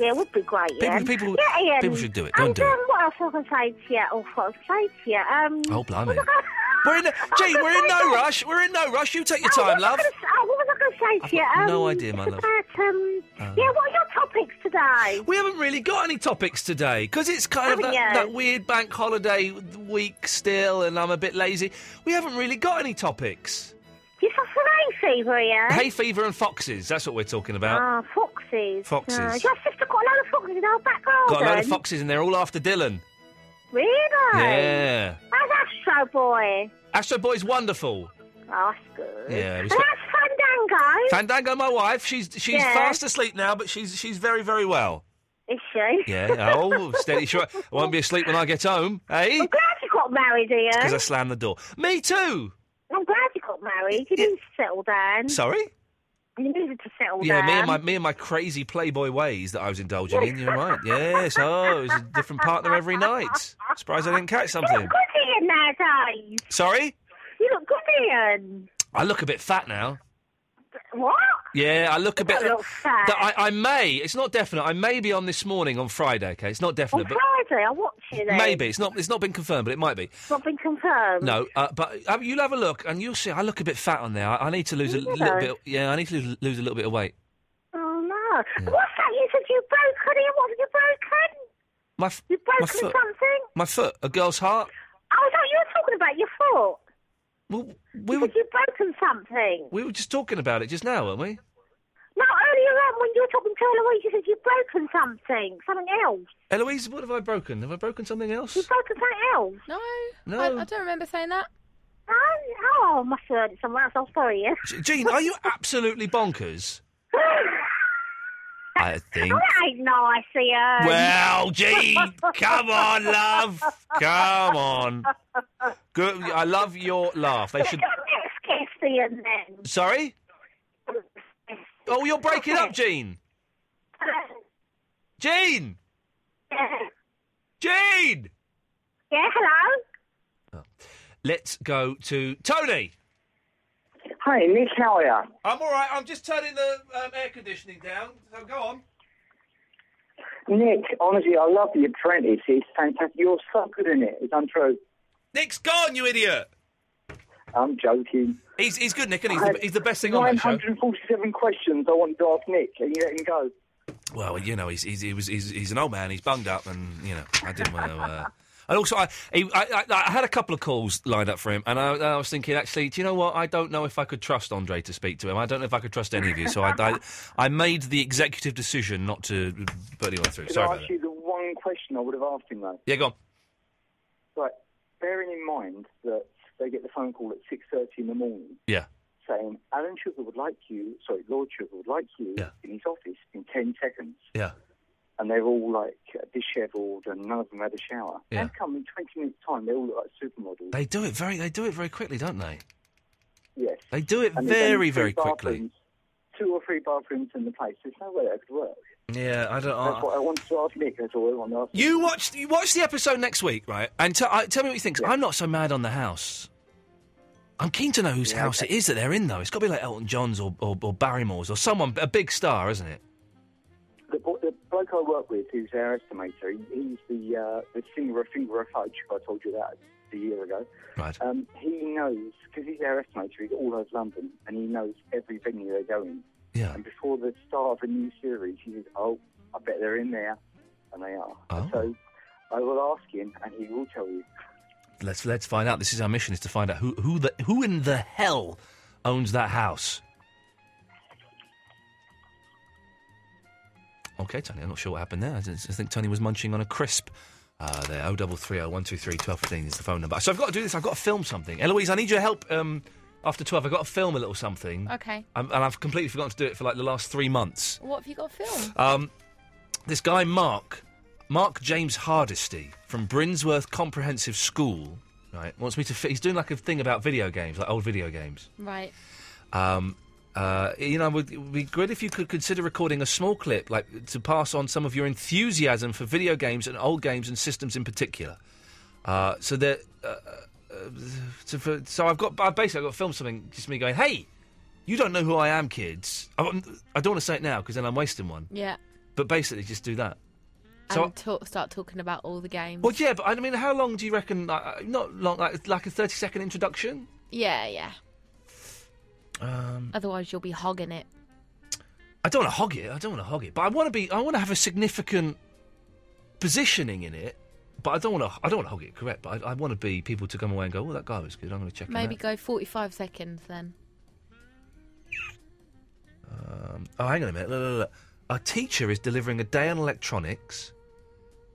S9: Yeah, it would be great.
S3: People-
S9: Ian.
S3: people-
S9: yeah, Ian.
S3: people should do it. Don't
S9: and,
S3: do it.
S9: Um, what else was I going to say to you? Oh, what was I say to you? Um,
S3: Oh, blimey.
S9: what was I-
S3: We're in. A,
S9: I was
S3: Gee,
S9: gonna
S3: we're in
S9: say
S3: no
S9: that-
S3: rush. We're in no rush. You take your
S9: Oh,
S3: time,
S9: what was I
S3: love.
S9: gonna say- oh, what was I going to say
S3: I've
S9: to you?
S3: got no
S9: Um,
S3: idea, my
S9: it's
S3: love. Uh.
S9: About, um, yeah, what are your topics today?
S3: We haven't really got any topics today because it's kind of
S9: Haven't
S3: that,
S9: you?
S3: that weird bank holiday week still, and I'm a bit lazy. We haven't really got any topics.
S9: You suffer hay fever, yeah?
S3: Hay fever and foxes. That's what we're talking about.
S9: Eh? Ah, foxes.
S3: Uh, Foxes.
S9: Ah, your sister got a load of foxes in her back garden.
S3: got a load of foxes, and they're all after Dylan.
S9: Really?
S3: Yeah.
S9: How's Astro Boy?
S3: Astro Boy's wonderful.
S9: Oh, that's good.
S3: Yeah, we
S9: And
S3: sp-
S9: how's Fandango?
S3: Fandango, my wife, she's she's
S9: Yeah.
S3: fast asleep now, but she's she's very very well.
S9: Is she?
S3: Yeah. Oh, steady. Sure, I won't be asleep when I get home, eh?
S9: I'm glad you got married, Ian.
S3: Because I slammed the door. Me too.
S9: I'm glad you got married. You
S3: Yeah.
S9: didn't settle down.
S3: Sorry.
S9: you needed to settle
S3: Yeah,
S9: down.
S3: me and my me and my crazy playboy ways that I was indulging in. You're right. Yes. Oh, it was a different partner every night. Surprised I didn't catch
S9: You
S3: something.
S9: look good, Ian, nowadays.
S3: Sorry.
S9: You look good, Ian.
S3: I look a bit fat now.
S9: What?
S3: Yeah, I look a bit.
S9: That looks sad.
S3: That I, I may. It's not definite. I may be on this morning on Friday. Okay, it's not
S9: On
S3: definite, but
S9: Friday, I'll watch you then.
S3: maybe it's not. It's not been confirmed, but it might be.
S9: It's not been confirmed.
S3: No, uh, but uh, you'll have a look and you'll see. I look a bit fat on there. I, I need to lose a
S9: You
S3: little
S9: don't.
S3: bit. Yeah, I need to lose, lose a little bit of weight.
S9: Oh, no. What's that? You said you broke, honey. What have you broken?
S3: My f-
S9: You've
S3: my
S9: broken
S3: foot.
S9: something?
S3: My foot. A girl's heart.
S9: Oh, I thought you were talking about your foot.
S3: Well, we
S9: You
S3: were
S9: said you've broken something.
S3: we were just talking about it just now, weren't we?
S9: No, earlier on when you were talking to Eloise, you said you've broken something. Something else.
S3: Eloise, what have I broken? Have I broken something else?
S9: You've broken something else.
S5: No,
S3: No.
S5: I, I don't remember saying that.
S9: No? Oh, I must have heard it somewhere else. I'm sorry, yeah.
S3: G- Jean, are you absolutely bonkers? I think.
S9: Oh, that ain't nice, Ian.
S3: Well, Jean, come on, love, come on. Good. I love your laugh. They should.
S9: Come next guest, Ian, then.
S3: Sorry. Oh, you're breaking up, Jean.
S2: Uh,
S3: Jean.
S9: Yeah.
S3: Jean.
S9: yeah, hello?
S3: Let's go to Tony.
S10: Hi, Nick, how are you?
S3: I'm all right. I'm just turning the um, air conditioning down. So go on.
S10: Nick, honestly, I love The Apprentice. It's fantastic. You're so good in it. It's untrue.
S3: Nick's gone, you idiot.
S10: I'm joking.
S3: He's he's good, Nick, and he's
S10: I
S3: the,
S10: had
S3: he's the best thing on that show.
S10: 947 questions I wanted to ask Nick, and you let him go.
S3: Well, you know, he's he's he was he's, he's an old man. He's bunged up, and you know, I didn't want to. Uh... And also, I, he, I I I had a couple of calls lined up for him, and I, and I was thinking, actually, do you know what? I don't know if I could trust Andre to speak to him. I don't know if I could trust any of you. So I I, I made the executive decision not to put anyone through.
S10: Can
S3: Sorry
S10: I
S3: about
S10: ask
S3: that.
S10: you the one question I would have asked him, though?
S3: Yeah, go on.
S10: Right, bearing in mind that they get the phone call at 6.30 in the morning
S3: Yeah.
S10: saying, Alan Sugar would like you, sorry, Lord Sugar would like you
S3: Yeah.
S10: in his office in 10 seconds.
S3: Yeah.
S10: And they're all like dishevelled and none of them had a shower.
S3: Yeah.
S10: How come in 20 minutes' time they all look like supermodels?
S3: They do it very they do it very quickly, don't they?
S10: Yes.
S3: They do it
S10: And there's
S3: very
S10: only
S3: very
S10: three
S3: quickly.
S10: bathrooms- Two or three bathrooms in the place. There's no way that could work.
S3: Yeah, I don't.
S10: That's what I wanted to ask Nick. That's all I wanted to ask.
S3: Ah. You watch you watch the episode next week, right? And t- I, tell me what you think. 'cause I'm not so mad on the house. I'm keen to know whose house it is that they're in, though. It's got to be like Elton John's or, or, or Barrymore's or someone a big star, isn't it?
S10: The, bo- the bloke I work with, who's our estimator, he, he's the uh, the singer of Finger of Fudge. I told you that a year ago.
S3: Right.
S10: Um, he knows because he's our estimator. He's all over London, and he knows every venue they go in.
S3: Yeah.
S10: And before the start of a new series, he says, "Oh, I bet they're in there," and they are.
S3: Oh.
S10: So I will ask him, and he will tell you.
S3: Let's let's find out. This is our mission: is to find out who who the who in the hell owns that house. Okay, Tony. I'm not sure what happened there. I, just- I think Tony was munching on a crisp. Uh, there, oh double three oh one two three twelve fifteen is the phone number. So I've got to do this. I've got to film something. Eloise, I need your help. Um, after twelve, I've got to film a little something.
S5: Okay.
S3: Um, and I've completely forgotten to do it for like the last three months.
S5: What have you got filmed?
S3: Um, this guy Mark, Mark James Hardesty from Brinsworth Comprehensive School, right, wants me to. Fi- he's doing like a thing about video games, like old video games.
S5: Right.
S3: Um, uh, you know, it would- it would be great if you could consider recording a small clip, like to pass on some of your enthusiasm for video games and old games and systems in particular. Uh, so that, uh, uh, so, for, so I've got, I basically I've got to film something, just me going, hey, you don't know who I am, kids. I, I don't want to say it now because then I'm wasting one.
S5: Yeah.
S3: But basically, just do that. So-
S5: and talk, start talking about all the games.
S3: Well, yeah, but I mean, how long do you reckon? Like, uh, not long, like, like a thirty-second introduction.
S5: Yeah, yeah.
S3: Um,
S5: Otherwise, you'll be hogging it.
S3: I don't want to hog it. I don't want to hog it, but I want to be. I want to have a significant positioning in it. But I don't want to. I don't want to hog it. Correct. But I, I want to be people to come away and go, "Oh, that guy was good. I'm going to check him
S5: Maybe
S3: out."
S5: go 45 seconds then.
S3: Um, oh, hang on a minute. Look, look, look. Our teacher is delivering a day on electronics.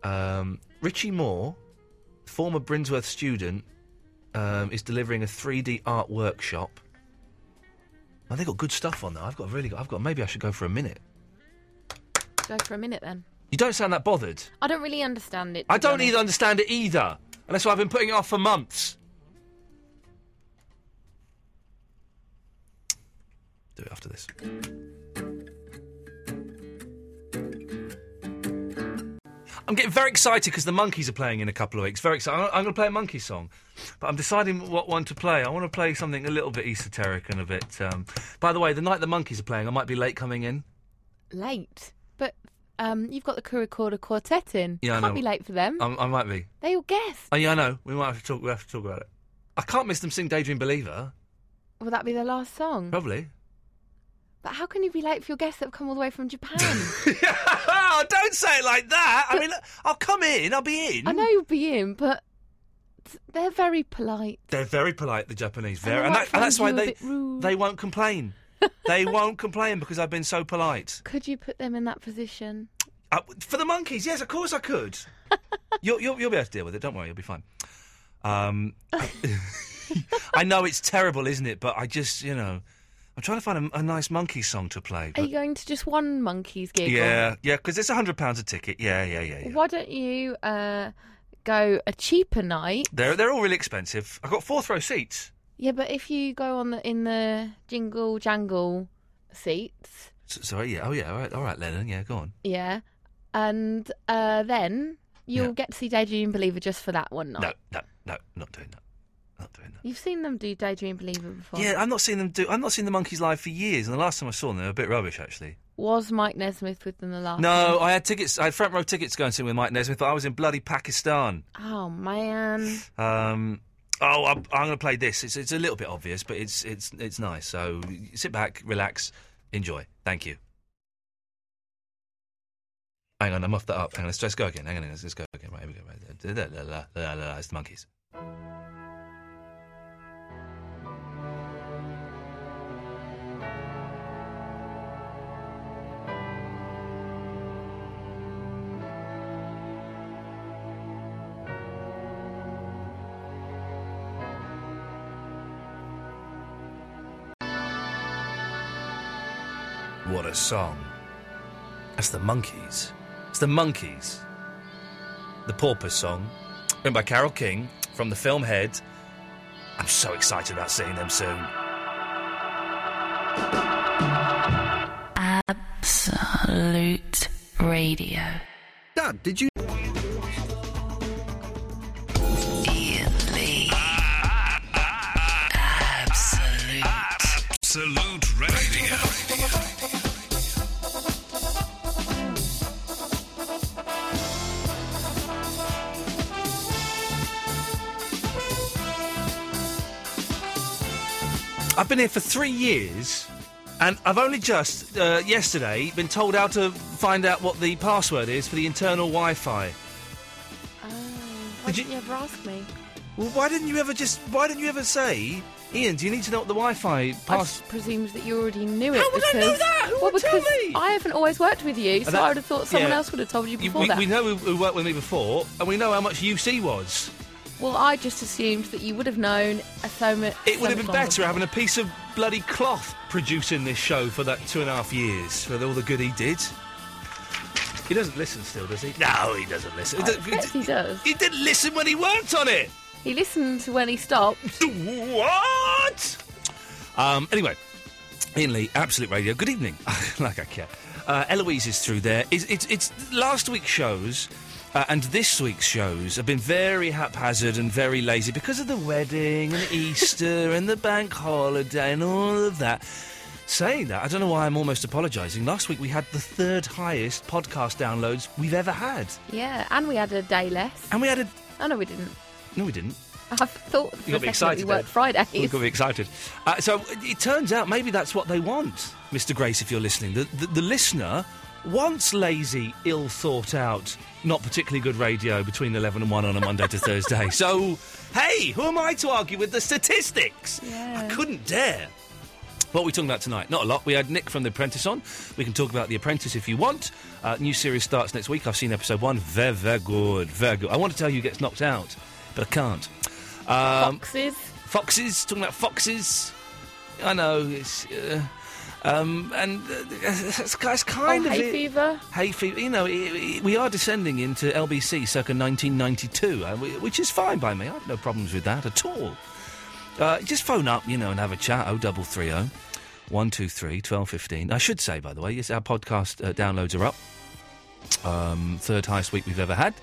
S3: Um, Richie Moore, former Brinsworth student, um, is delivering a 3D art workshop. Man, they got good stuff on there. I've got really got. I've got. Maybe I should go for a minute.
S5: Go for a minute then.
S3: You don't sound that bothered.
S5: I don't really understand it. to
S3: I
S5: be
S3: don't
S5: honest.
S3: either understand it either, and that's why I've been putting it off for months. Do it after this. I'm getting very excited because the monkeys are playing in a couple of weeks. Very excited. I'm, I'm going to play a monkey song, but I'm deciding what one to play. I want to play something a little bit esoteric and a bit. Um... By the way, the night the monkeys are playing, I might be late coming in.
S5: Late, but um, you've got the Kurikorda Quartet in.
S3: Yeah, I
S5: can't
S3: know. Um,
S5: be late for them.
S3: I'm, I might be.
S5: They all guessed.
S3: Oh, yeah, I know. We might have to talk. We have to talk about it. I can't miss them sing "Daydream Believer."
S5: Will that be their last song?
S3: Probably.
S5: But how can you be late for your guests that have come all the way from Japan?
S3: oh, don't say it like that. I mean, I'll come in. I'll be in.
S5: I know you'll be in, but they're very polite.
S3: They're very polite, the Japanese. Very,
S5: they
S3: and,
S5: might
S3: that, and that's why
S5: find you a
S3: they
S5: bit rude.
S3: they won't complain. they won't complain because I've been so polite.
S5: Could you put them in that position?
S3: Uh, for the monkeys, yes, of course I could. you'll, you'll you'll be able to deal with it. Don't worry, you'll be fine. Um, I know it's terrible, isn't it? But I just, you know, I'm trying to find a, a nice monkey song to play.
S5: Are
S3: but-
S5: you going to just one monkey's gig? or-
S3: yeah, yeah, because it's a hundred pounds a ticket. Yeah, yeah, yeah, yeah.
S5: Why don't you uh, go a cheaper night?
S3: They're they're all really expensive. I've got fourth row seats.
S5: Yeah, but if you go on the in the jingle jangle seats,
S3: S- sorry, yeah, oh yeah, all right, all right, Lennon, yeah, go on.
S5: yeah, and uh, then you'll get to see Daydream Believer just for that one night.
S3: No, no, no, not doing that. Not doing that.
S5: You've seen them do Daydream Believer before.
S3: Yeah, I've not seen them do. I've not seen the monkeys live for years, and the last time I saw them, they were a bit rubbish, actually.
S5: Was Mike Nesmith with them the last?
S3: No, I had tickets. I had front row tickets going to see with Mike Nesmith, but I was in bloody Pakistan.
S5: Oh man.
S3: Um, oh, I'm, I'm going to play this. It's, it's a little bit obvious, but it's it's it's nice. So sit back, relax, enjoy. Thank you. Hang on, I muffed that up. Hang on, let's, let's go again. Hang on, let's, let's go again. Right, here we go. Right. Da- da- da- da- da- da- da- da. It's the monkeys. What a song. That's the monkeys. It's the monkeys. The porpoise song, written by Carol King from the film Head. I'm so excited about seeing them soon.
S2: Absolute Radio.
S4: Dad, did you?
S2: Ian Lee. Absolute.
S6: Absolute Radio.
S3: I've been here for three years, and I've only just uh, yesterday been told how to find out what the password is for the internal Wi-Fi.
S5: Oh, why
S3: Did you-
S5: didn't you ever ask me?
S3: Well, why didn't you ever just? Why didn't you ever say, Ian? Do you need to know what the Wi-Fi
S5: I
S3: pass?
S5: just presumed that you already knew it.
S3: How would I
S5: because,
S3: know that? Who
S5: well,
S3: would tell
S5: because
S3: me?
S5: I haven't always worked with you, so
S3: that-
S5: I would have thought someone
S3: yeah.
S5: else would have told you
S3: You-
S5: before
S3: we,
S5: that.
S3: we know who, who worked with me before, and we know how much UC was.
S5: Well, I just assumed that you would have known a so much.
S3: It would have been better having a piece of bloody cloth producing this show for that two and a half years for all the good he did. He doesn't listen still, does he? No, he doesn't listen. He doesn't-
S5: Yes, he does.
S3: He didn't listen when he worked on it.
S5: He listened when he stopped.
S3: What? Um, anyway, Ian Lee, Absolute Radio. Good evening. like I care. Uh, Eloise is through there. It's, it's, it's last week's shows uh, and this week's shows have been very haphazard and very lazy because of the wedding and Easter and the bank holiday and all of that. Saying that, I don't know why I'm almost apologising. Last week we had the third highest podcast downloads we've ever had,
S5: Yeah, and we had a day less.
S3: and we had a
S5: Oh no, we didn't.
S3: no, we didn't.
S5: I thought for
S3: You got
S5: a
S3: to be
S5: second that
S3: excited.
S5: we worked
S3: then.
S5: Fridays.
S3: You got to be excited. Uh, so it turns out maybe that's what they want, Mr. Grace. If you're listening, the the, the listener wants lazy, ill thought out, not particularly good radio between eleven and one on a Monday to Thursday. So hey, who am I to argue with the statistics?
S5: Yeah.
S3: I couldn't dare. What are we talking about tonight? Not a lot. We had Nick from The Apprentice on. We can talk about The Apprentice if you want. Uh, new series starts next week. I've seen episode one. Very, very good. Very good. I want to tell you who gets knocked out, but I can't. Um,
S5: Foxes.
S3: Foxes, talking about foxes. I know it's, uh, um, and uh, that's, that's kind
S5: oh,
S3: of
S5: hay
S3: it.
S5: fever.
S3: Hay fever. You know, i i we are descending into LBC circa 1992, uh, wh- which is fine by me. I have no problems with that at all. Uh, just phone up, you know, and have a chat. Oh, double three oh. 123 1215. I should say, by the way, yes, our podcast uh, downloads are up. Um, third highest week we've ever had.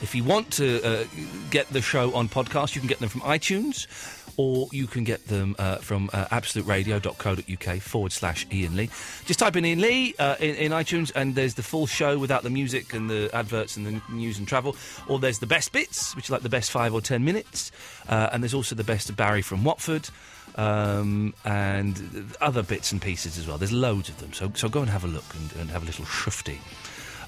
S3: If you want to uh, get the show on podcast, you can get them from iTunes or you can get them uh, from uh, absoluteradio.co.uk forward slash Ian Lee. Just type in Ian Lee uh, in, in iTunes and there's the full show without the music and the adverts and the news and travel. Or there's the best bits, which are like the best five or ten minutes. Uh, and there's also the best of Barry from Watford um, and th- other bits and pieces as well. There's loads of them. So, so go and have a look and, and have a little shufty.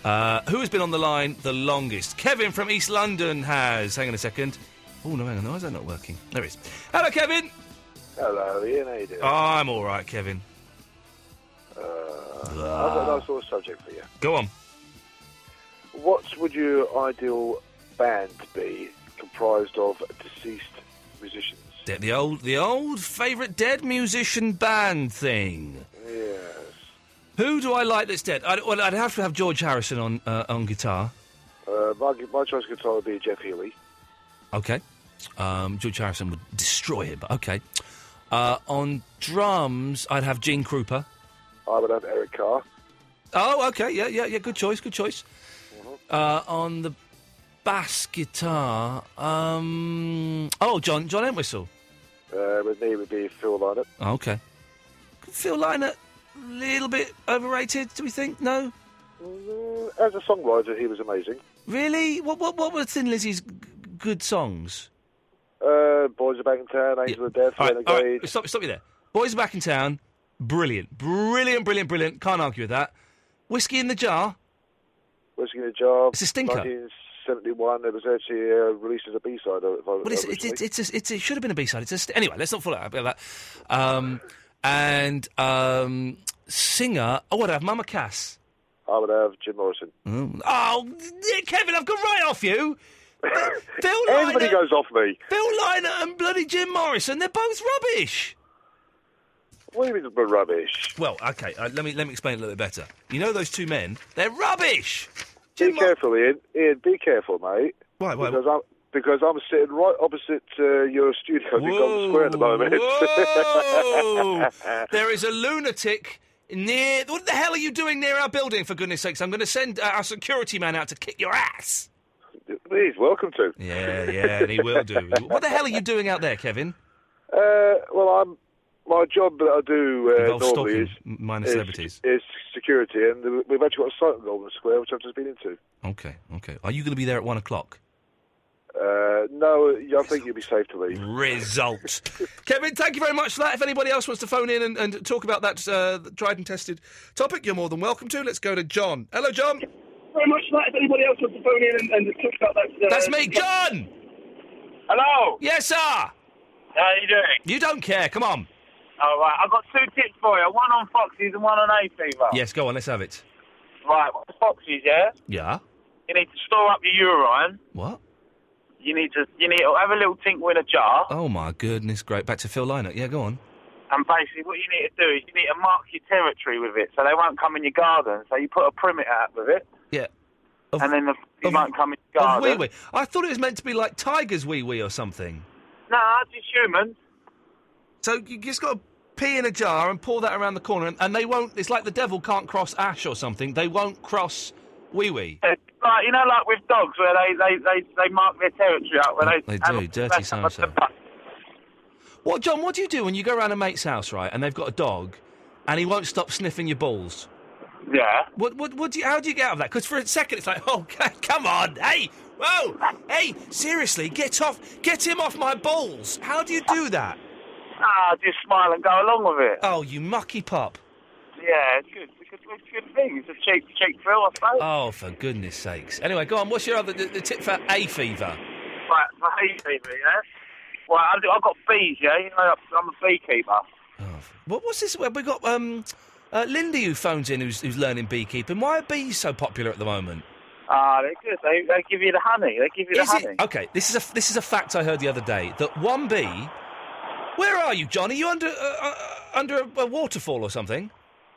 S3: Uh, who has been on the line the longest? Kevin from East London has. Hang on a second. Oh, no, hang on. Why is that not working? There it is. Hello, Kevin. Oh.
S11: Hello, Ian. How you doing?
S3: I'm all right, Kevin.
S11: Uh, I've got a nice little subject for you.
S3: Go on.
S11: What would your ideal band be comprised of deceased musicians?
S3: The, the old, the old favourite dead musician band thing.
S11: Yes.
S3: Who do I like that's dead? I'd, well, I'd have to have George Harrison on uh, on guitar.
S11: Uh, my, my choice of guitar would be Jeff Healy.
S3: Okay. Um, George Harrison would destroy him. But okay. Uh, on drums, I'd have Gene Krupa.
S11: I would have Eric Carr.
S3: Oh, okay. Yeah, yeah, yeah. Good choice. Good choice. Uh, on the bass guitar, um, oh, John John Entwistle.
S11: Uh, with me would be Phil Lynott.
S3: Oh, okay. Phil Lynott, little bit overrated. Do we think? No.
S11: Mm, As a songwriter, he was amazing.
S3: Really? What what what were Thin Lizzy's g- good songs?
S11: Uh, Boys are back in town. Angel of Death.
S3: All right, all
S11: Renegade.
S3: right. Stop stop you there. Boys are back in town. Brilliant, brilliant, brilliant, brilliant. Can't argue with that. Whiskey in the jar.
S11: Whiskey in a Jar.
S3: It's a stinker.
S11: 1971. It was actually uh, released as a B-side. uh, if I-
S3: Well, it's, it's,
S11: originally.
S3: it's, it's, a- it's, it should have been a B side. It's a st- anyway. Let's not fall out about that. Um, and um, singer. Oh, what? I have Mama Cass.
S11: I would have Jim Morrison.
S3: Mm. Oh, yeah, Kevin, I've gone right off you. Phil
S11: Everybody
S3: Lynott,
S11: goes off me.
S3: Phil Lynott, and bloody Jim Morrison. They're both rubbish.
S11: What do you mean, rubbish?
S3: Well, okay. Uh, let me let me explain it a little bit better. You know those two men? They're rubbish.
S11: Be careful, Ian. Ian, be careful, mate.
S3: Why? Why?
S11: Because I'm, because I'm sitting right opposite uh, your studio in Golden Square at the moment.
S3: Whoa! there is a lunatic near. What the hell are you doing near our building? For goodness sakes, I'm going to send uh, our security man out to kick your ass.
S11: Please, welcome to.
S3: Yeah, yeah, and he will do. What the hell are you doing out there, Kevin?
S11: Uh, well, I'm my job that I do uh,
S3: Involves
S11: normally
S3: stalking
S11: is,
S3: m- minor
S11: is-
S3: celebrities.
S11: is security, and we've actually got a site in Golden Square which I've just been into.
S3: Okay, okay. Are you going to be there at one o'clock?
S11: Uh, no, I think you'd be safe to leave.
S3: Result. Kevin, thank you very much for that. If anybody else wants to phone in and, and talk about that uh, tried and tested topic, you're more than welcome to. Let's go to John. Hello, John.
S12: very much for that. If anybody else wants to phone in and, and talk about that, uh,
S3: That's me, John.
S13: Hello.
S3: Yes, sir. How
S13: you doing?
S3: You don't care. Come on.
S13: All right, I've got two tips for you. One on Foxes and one on A-Fever.
S3: Yes, go on. Let's have it.
S13: Right, on Foxes, yeah?
S3: Yeah.
S13: You need to store up your urine.
S3: What?
S13: You need to you need to have a little tinkle in a jar.
S3: Oh my goodness, great. Back to Phil Lynott. Yeah, go on.
S13: And basically what you need to do is you need to mark your territory with it so they won't come in your garden. So you put a perimeter up with it.
S3: Yeah.
S13: and then the foxes won't come in your
S3: Oh,
S13: garden.
S3: wee wee. I thought it was meant to be like Tiger's wee wee or something.
S13: No, it's just humans.
S3: So you just got to pee in a jar and pour that around the corner, and, and they won't. It's like the devil can't cross ash or something. They won't cross wee wee.
S13: It's Like, you know, like with dogs where they, they, they, they mark their territory up. Where they,
S3: They do, dirty so so. What, John? What do you do when you go around a mate's house, right, and they've got a dog, and he won't stop sniffing your balls?
S13: Yeah.
S3: What? What? What do you? How do you get out of that? Because for a second, it's like, oh, c- come on, hey, whoa, hey, seriously, get off, get him off my balls. How do you do that?
S13: Ah, just smile and go along with it.
S3: Oh, you mucky pup.
S13: Yeah, it's good. It's a good, it's a good thing. It's a cheap, cheap thrill, I suppose.
S3: Oh, for goodness sakes. Anyway, go on. What's your other the, the tip for a fever?
S13: Right, for hay fever, yeah? Well, I do, I've got bees, yeah? You know, I'm a beekeeper.
S3: What, what's this? We've got um, uh, Lindy who phones in who's, who's learning beekeeping. Why are bees so popular at the moment?
S13: Ah, they're good. They, they give you the honey. They give you
S3: Is
S13: the
S3: it-
S13: honey.
S3: okay, this is a this is a fact I heard the other day that one bee. Where are you, Johnny? You under uh, uh, under a, a waterfall or something?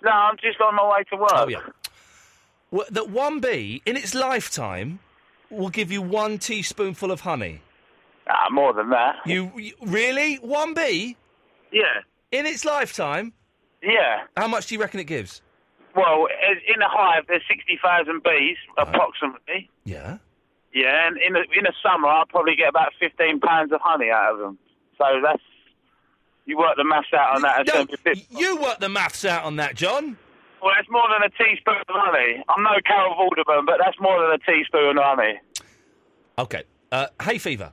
S13: No, I'm just on my way to work.
S3: Oh yeah. Well, that one bee in its lifetime will give you one teaspoonful of honey.
S13: Ah, more than that.
S3: You, you really one bee?
S13: Yeah.
S3: In its lifetime.
S13: Yeah.
S3: How much do you reckon it gives?
S13: well, as- in a hive, there's 60,000 bees, approximately.
S3: Yeah.
S13: Yeah, and in the, in the summer, I probably get about 15 pounds of honey out of them. So that's. You work the maths out on that. No,
S3: you work the maths out on that, John.
S13: Well, that's more than a teaspoon of honey. I'm no Carol Vorderman, but that's more than a teaspoon of honey.
S3: Okay. Uh, hay fever.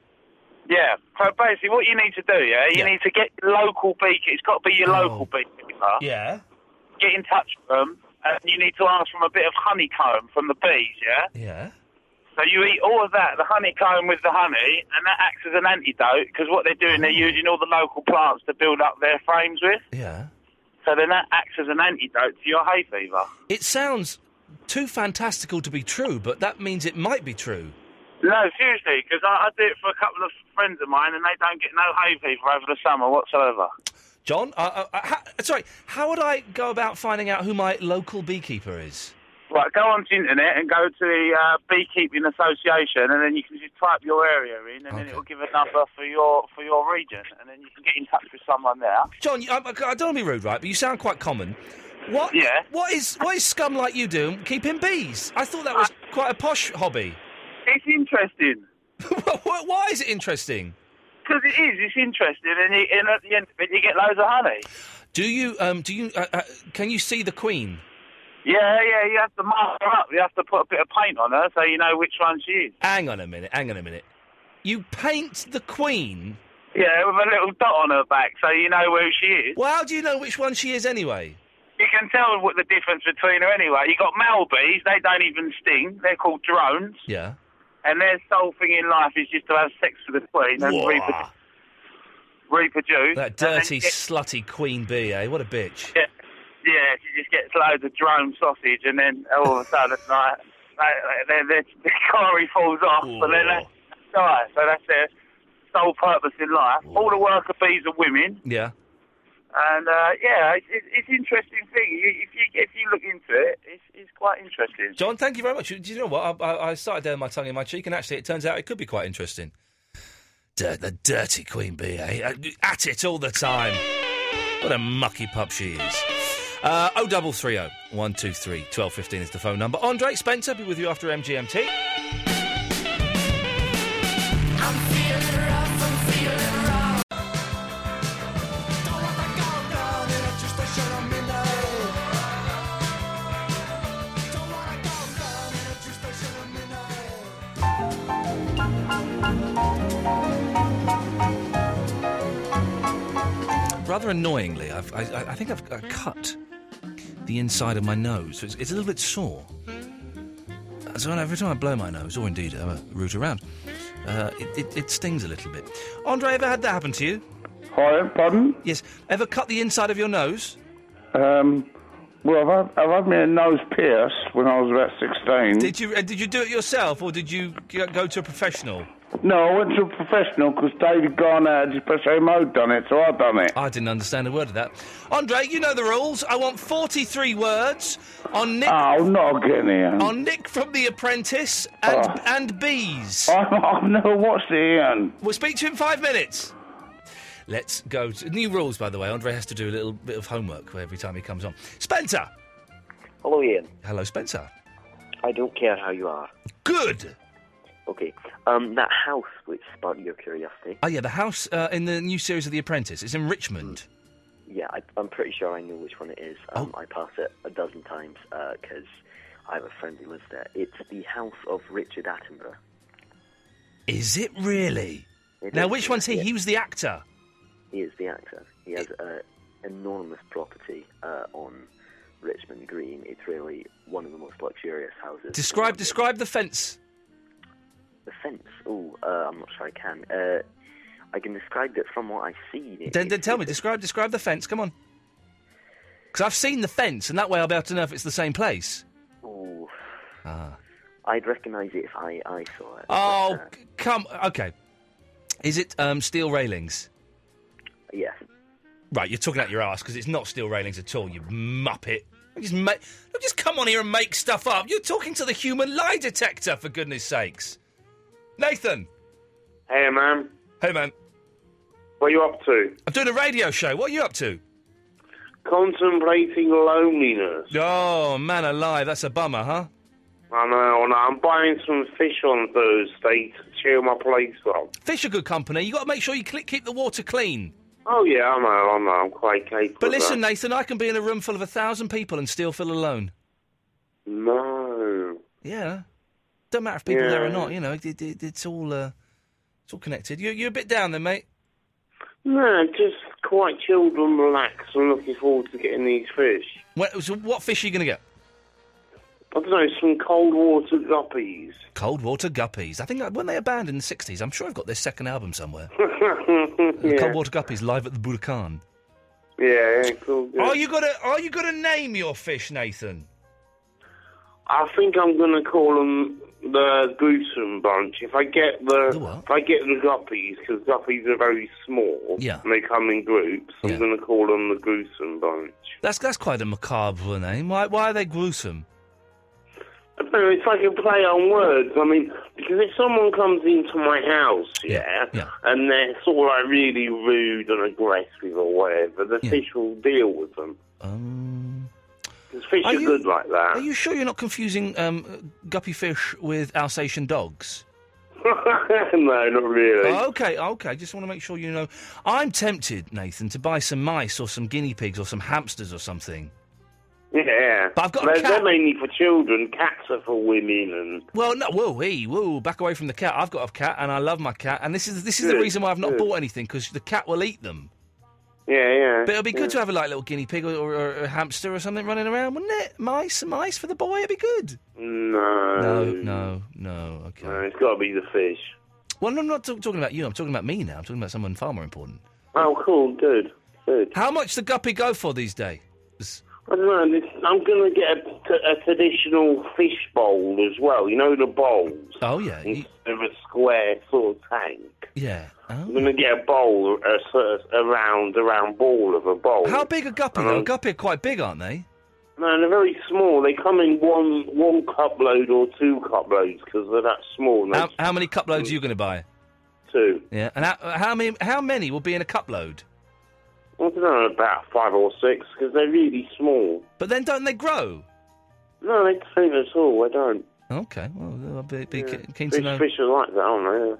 S13: Yeah. So basically, what you need to do, yeah, you need to get your local beekeeper. It's got to be your local beekeeper.
S3: Oh. Yeah.
S13: Get in touch with them, and you need to ask for a bit of honeycomb from the bees, yeah?
S3: Yeah.
S13: So you eat all of that, the honeycomb with the honey, and that acts as an antidote because what they're doing, they're using all the local plants to build up their frames with.
S3: Oh. Yeah.
S13: So then that acts as an antidote to your hay fever.
S3: It sounds too fantastical to be true, but that means it might be true.
S13: No, seriously, because I, I do it for a couple of friends of mine, and they don't get no hay fever over the summer whatsoever.
S3: John, uh, uh, ha- sorry, how would I go about finding out who my local beekeeper is?
S13: Right, go on to internet and go to the uh, Beekeeping Association, and then you can just type your area in, and then it will give a number for your for your region, and then you can get in touch with someone there.
S3: John, you- I, I don't want to be rude, right? But you sound quite common. What?
S13: Yeah.
S3: What is what is scum like you doing keeping bees? I thought that was quite a posh hobby.
S13: Uh, It's interesting.
S3: Why why is it interesting?
S13: Because it is, it's interesting, and, you, and at the end of it, you get loads of honey.
S3: Do you um do you uh, uh, can you see the queen?
S13: Yeah, yeah, you have to mark her up. You have to put a bit of paint on her so you know which one she is.
S3: Hang on a minute. Hang on a minute. You paint the queen.
S13: Yeah, with a little dot on her back so you know who she is.
S3: Well, how do you know which one she is anyway?
S13: You can tell what the difference between her anyway. You got male bees; they don't even sting. They're called drones,
S3: Yeah.
S13: and their sole thing in life is just to have sex with the queen and
S3: Whoa.
S13: reprodu- reproduce.
S3: That dirty, slutty queen bee, eh? What a bitch.
S13: Yeah, yeah, she just gets loads of drone sausage, and then all of a sudden, like, like, their, their, their quarry falls off, and then they die. So that's their sole purpose in life. All the worker bees are women,
S3: Yeah.
S13: and uh, yeah, it's, it's, it's an interesting thing. You, if you if you look into it, it's, it's quite interesting.
S3: John, thank you very much. You- Do you know what? I, I, I started down my tongue in my cheek, and actually, it turns out it could be quite interesting. Dir- the dirty queen bee, eh? At it all the time. What a mucky pup she is. Uh, 0330 123 1215 is the phone number. Andre Spencer, be with you after MGMT. Rather annoyingly, I've, I, I- I think I've uh, cut the inside of my nose. So it's, it's a little bit sore. So every time I blow my nose, or indeed have a root around, uh, it, it, it stings a little bit. Andre, ever had that happen to you?
S14: Hi, pardon?
S3: Yes. Ever cut the inside of your nose?
S14: Um, well, I've had, I've had my nose pierced when I was about 16.
S3: Did you uh, did you do it yourself, or did you g- go to a professional?
S14: No, I went to a professional because David Garner had Espresso Mode done it, so I done it.
S3: I didn't understand a word of that. Andre, you know the rules. I want 43 words on Nick.
S14: Oh, not again, Ian.
S3: On Nick from The Apprentice and,
S14: Oh.
S3: and bees.
S14: I've never watched it, Ian.
S3: We'll speak to you in five minutes. Let's go to new rules, by the way. Andre has to do a little bit of homework every time he comes on. Spencer.
S15: Hello, Ian.
S3: Hello, Spencer.
S15: I don't care how you are.
S3: Good.
S15: Okay. Um, that house which sparked your curiosity.
S3: Oh yeah, the house uh, in the new series of The Apprentice. It's in Richmond.
S15: Yeah, I, I'm pretty sure I know which one it is. Um,
S3: Oh.
S15: I pass it a dozen times because I have a friend who lives there. It's the house of Richard Attenborough.
S3: Is it really?
S15: It
S3: now,
S15: is,
S3: which one's he?
S15: yeah.
S3: He was the actor.
S15: He is the actor. He has an enormous property uh, on Richmond Green. It's really one of the most luxurious houses.
S3: Describe describe the fence.
S15: The fence. Oh, uh, I'm not sure I can. Uh, I can describe it from what I see.
S3: Then, then tell me. Describe describe the fence. Come on. Because I've seen the fence, and that way I'll be able to know if it's the same place.
S15: Ooh,
S3: Ah.
S15: I'd recognise it if I, I saw it.
S3: Oh, c- come. Okay. Is it um, steel railings?
S15: Yes.
S3: Right, you're talking out your ass because it's not steel railings at all. You muppet. You Just ma- you just come on here and make stuff up. You're talking to the human lie detector, for goodness sakes. Nathan.
S16: Hey, man.
S3: Hey, man.
S16: What are you up to?
S3: I'm doing a radio show. What are you up to?
S16: Contemplating loneliness.
S3: Oh, man alive, that's a bummer, huh?
S16: I know, and I'm buying some fish on Thursday to cheer my place up.
S3: Fish are good company. you got to make sure you cl- keep the water clean.
S16: Oh, yeah, I know, I know, I'm quite capable.
S3: But
S16: of
S3: listen,
S16: that.
S3: Nathan, I can be in a room full of a thousand people and still feel alone.
S16: No.
S3: Yeah. Don't matter if people are there or
S16: Yeah.
S3: not, you know, it, it- it's all uh, it's all connected. You, you're a bit down then, mate.
S16: No, just quite chilled and relaxed. I'm looking forward to getting these fish.
S3: What, so what fish are you going to get?
S16: I don't know, some cold water guppies.
S3: Cold Water Guppies. I think, uh, weren't they a band in the 60s? I'm sure I've got their second album somewhere.
S16: yeah.
S3: Cold Water Guppies live at the Budokan.
S16: Yeah, yeah, cool. good.
S3: Are Oh, you gonna Are you gonna name your fish, Nathan?
S16: I think I'm gonna call them the Gruesome Bunch. If I get the, if I get the guppies, because guppies are very small,
S3: Yeah.
S16: and they come in groups, I'm gonna call them the Gruesome Bunch.
S3: That's that's quite a macabre name. Why Why are they gruesome?
S16: I don't know, it's like a play on words. I mean, because if someone comes into my house, yeah, and they're sort of like really rude and aggressive or whatever, the fish will deal with them. Because fish
S3: Um, Are
S16: are,
S3: you-
S16: good like that.
S3: Are you sure you're not confusing um, guppy fish with Alsatian dogs?
S16: no, not really.
S3: Oh, okay, okay. Just want to make sure you know. I'm tempted, Nathan, to buy some mice or some guinea pigs or some hamsters or something.
S16: Yeah.
S3: But I've got a
S16: they're,
S3: cat.
S16: they're mainly for children. Cats are for women and.
S3: Well, no, whoa, hey, whoa, back away from the cat. I've got a cat, and I love my cat, and this is this is the
S16: Good,
S3: reason why I've not
S16: good.
S3: bought anything because the cat will eat them.
S16: Yeah, yeah.
S3: But it'll be
S16: yeah.
S3: good to have a like little guinea pig or, or, or a hamster or something running around, wouldn't it? Mice, some mice for the boy. It'd be good.
S16: Mm. No.
S3: No, no, no. Okay.
S16: No, it's got to be the fish.
S3: Well, no, I'm not t- talking about you. I'm talking about me now. I'm talking about someone far more important.
S16: Oh, cool, good, good.
S3: How much the guppy go for these days?
S16: I don't know. This, I'm going to get a, t- a traditional fish bowl as well. You know the bowls.
S3: Oh yeah,
S16: Instead of a square sort of tank.
S3: yeah.
S16: I'm going to get a bowl, a, sort of- a round, a round ball of a bowl. Um,
S3: How big are guppy though? Guppy are quite big, aren't they?
S16: No, they're very small. They come in one one cup load or two cup loads because they're that small. and they-
S3: How, how many cup loads are you going to buy?
S16: Two.
S3: Yeah, and how, how many? How many will be in a cup load?
S16: I don't know, about five or six because they're really small.
S3: But then don't they grow?
S16: No, they don't at all. I don't.
S3: Okay, well, I'd be, be ke- keen to
S16: Fish,
S3: know.
S16: fish are like that, aren't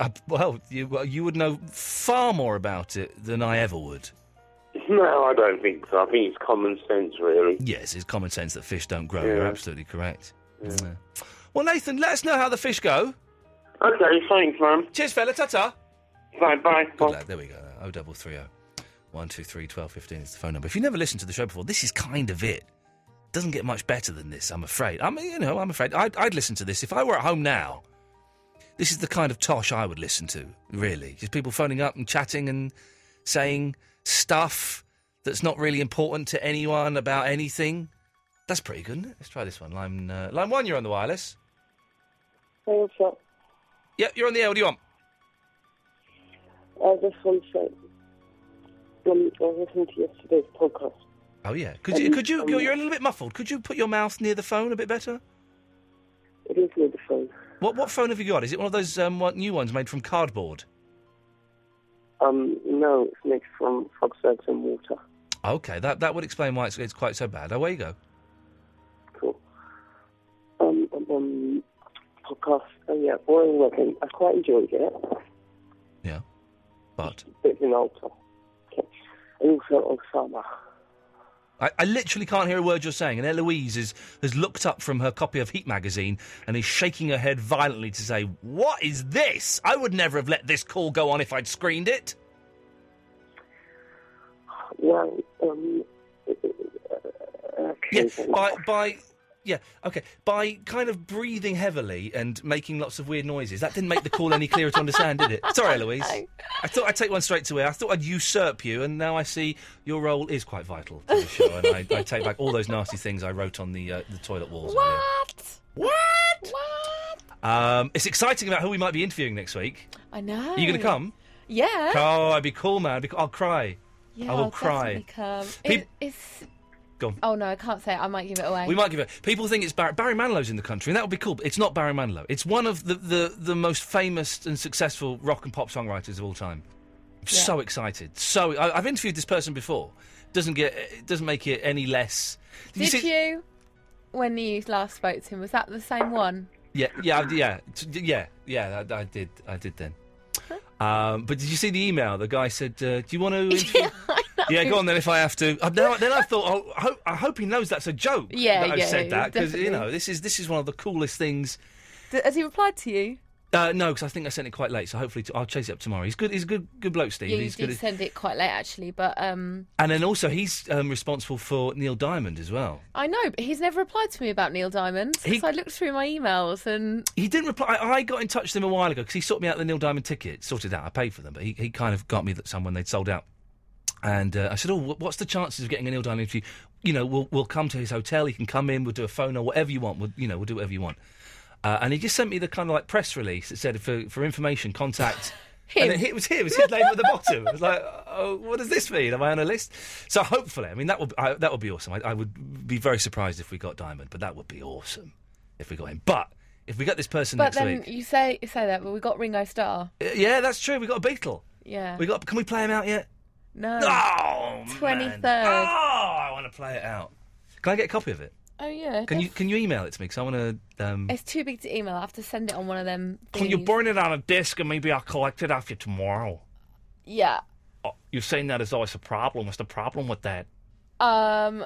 S3: Uh, well, you well, you would know far more about it than I ever would.
S16: they? No, I don't think so. I think it's common sense, really.
S3: Yes, it's common sense that fish don't grow.
S16: Yeah.
S3: You're absolutely correct. Yeah. Well, Nathan, let us know how the fish go.
S16: Okay, thanks, man.
S3: Cheers, fella. Ta ta.
S16: Bye bye.
S3: Good lad. There we go. O uh, oh double three O. One two three twelve fifteen is the phone number. If you never listened to the show before, this is kind of it. Doesn't get much better than this, I'm afraid. I'm, you know, I'm afraid I'd, I'd listen to this if I were at home now. This is the kind of tosh I would listen to, really. Just people phoning up and chatting and saying stuff that's not really important to anyone about anything. That's pretty good, isn't it? Let's try this one. Line, uh, line one, you're on the wireless.
S17: Hey, what's up?
S3: Yep, you're on the air. What do you want?
S17: I just want to say, um, I listened to yesterday's podcast.
S3: Oh yeah. Could you?
S17: Um,
S3: Could you?
S17: um,
S3: you're, you're a little bit muffled. Could you put your mouth near the phone a bit better?
S17: It is near the phone.
S3: What what phone have you got? Is it one of those um, what, new ones made from cardboard?
S17: Um, no, it's made from fox eggs and water.
S3: Okay, that that would explain why it's, it's quite so bad. Away you go.
S17: Um, um, um, podcast. Oh yeah, boring weapon. I quite enjoyed it.
S3: Yeah, but
S17: Bit of an alter. Okay. And also Osama.
S3: I, I literally can't hear a word you're saying. And Eloise is, has looked up from her copy of Heat magazine and is shaking her head violently to say, "What is this? I would never have let this call go on if I'd screened it."
S17: Well, um,
S3: Yeah, by by yeah, okay. By kind of breathing heavily and making lots of weird noises. That didn't make the call any clearer to understand, did it? Sorry, Eloise. I thought I'd take one straight to air. I thought I'd usurp you, and now I see your role is quite vital to the show. and I, I take back all those nasty things I wrote on the uh, the toilet walls.
S5: What?
S3: What? Um, it's exciting about who we might be interviewing next week.
S5: I know.
S3: Are you going to come?
S5: Yeah.
S3: Oh, I'd be cool, man. I'd be, I'll cry.
S5: Yeah,
S3: I will
S5: I'll
S3: cry.
S5: definitely Come.
S3: Peop-
S5: It- it's.
S3: Go on.
S5: Oh no, I can't say it. I might give it away.
S3: We might give it. People think it's Barry, Barry Manilow's in the country, and that would be cool. But it's not Barry Manilow. It's one of the, the, the most famous and successful rock and pop songwriters of all time. I'm so excited. So I, I've interviewed this person before, doesn't get it doesn't make it any less.
S5: Did you, when you last spoke to him, was that the same one?
S3: Yeah, yeah, I- yeah, t- yeah, yeah. I, I did, I did then. Um, but did you see the email? The guy said, uh, "Do you want to?" yeah, go on then. If I have to, uh, then I, then I thought, oh, I, hope, I hope he knows that's a joke.
S5: Yeah,
S3: that I've
S5: yeah,
S3: said that because you
S5: definitely.
S3: know this is this is one of the coolest things.
S5: D- has he replied to you?
S3: Uh, no, because I think I sent it quite late, so hopefully t- I'll chase it up tomorrow. He's good. He's a good, good bloke, Steve.
S5: yeah, you
S3: he's
S5: did
S3: good. at-
S5: send it quite late actually, but um,
S3: and then also he's um, responsible for Neil Diamond as well.
S5: I know, but he's never replied to me about Neil Diamond. 'cause
S3: He-
S5: I looked through my emails and
S3: He didn't reply. I, I got in touch with him a while ago because he sorted me out the Neil Diamond ticket. Sorted out. I paid for them, but he, he kind of got me that some when they'd sold out. And uh, I said, "Oh, wh- what's the chances of getting a Neil Diamond interview? You know, we'll we'll come to his hotel. He can come in. We'll do a phone or whatever you want. We'll you know we'll do whatever you want." Uh, and he just sent me the kind of like press release that said for for information contact.
S7: Him.
S3: And it, it was here. It was his name at the bottom. I was like, "Oh, what does this mean? Am I on a list?" So hopefully, I mean that would be- I, that would be awesome. I, I would be very surprised if we got Diamond, but that would be awesome if we got him. But if we got this person
S5: but
S3: next
S5: then
S3: week,
S5: you say you say that, but we got Ringo Starr.
S3: Uh, yeah, that's true. We got a Beatle.
S5: Yeah.
S3: We got. Can we play him out yet?
S5: No.
S3: Oh,
S5: Twenty
S3: man.
S5: third.
S3: Oh, I want to play it out. Can I get a copy of it?
S5: Oh yeah.
S3: Can you can you email it to me? Because I want to. Um,
S5: It's too big to email. I have to send it on one of them.
S3: can you burn it on a disc and maybe I'll collect it after tomorrow?
S5: Yeah.
S3: You're saying that is always a problem. What's the problem with that?
S5: Um,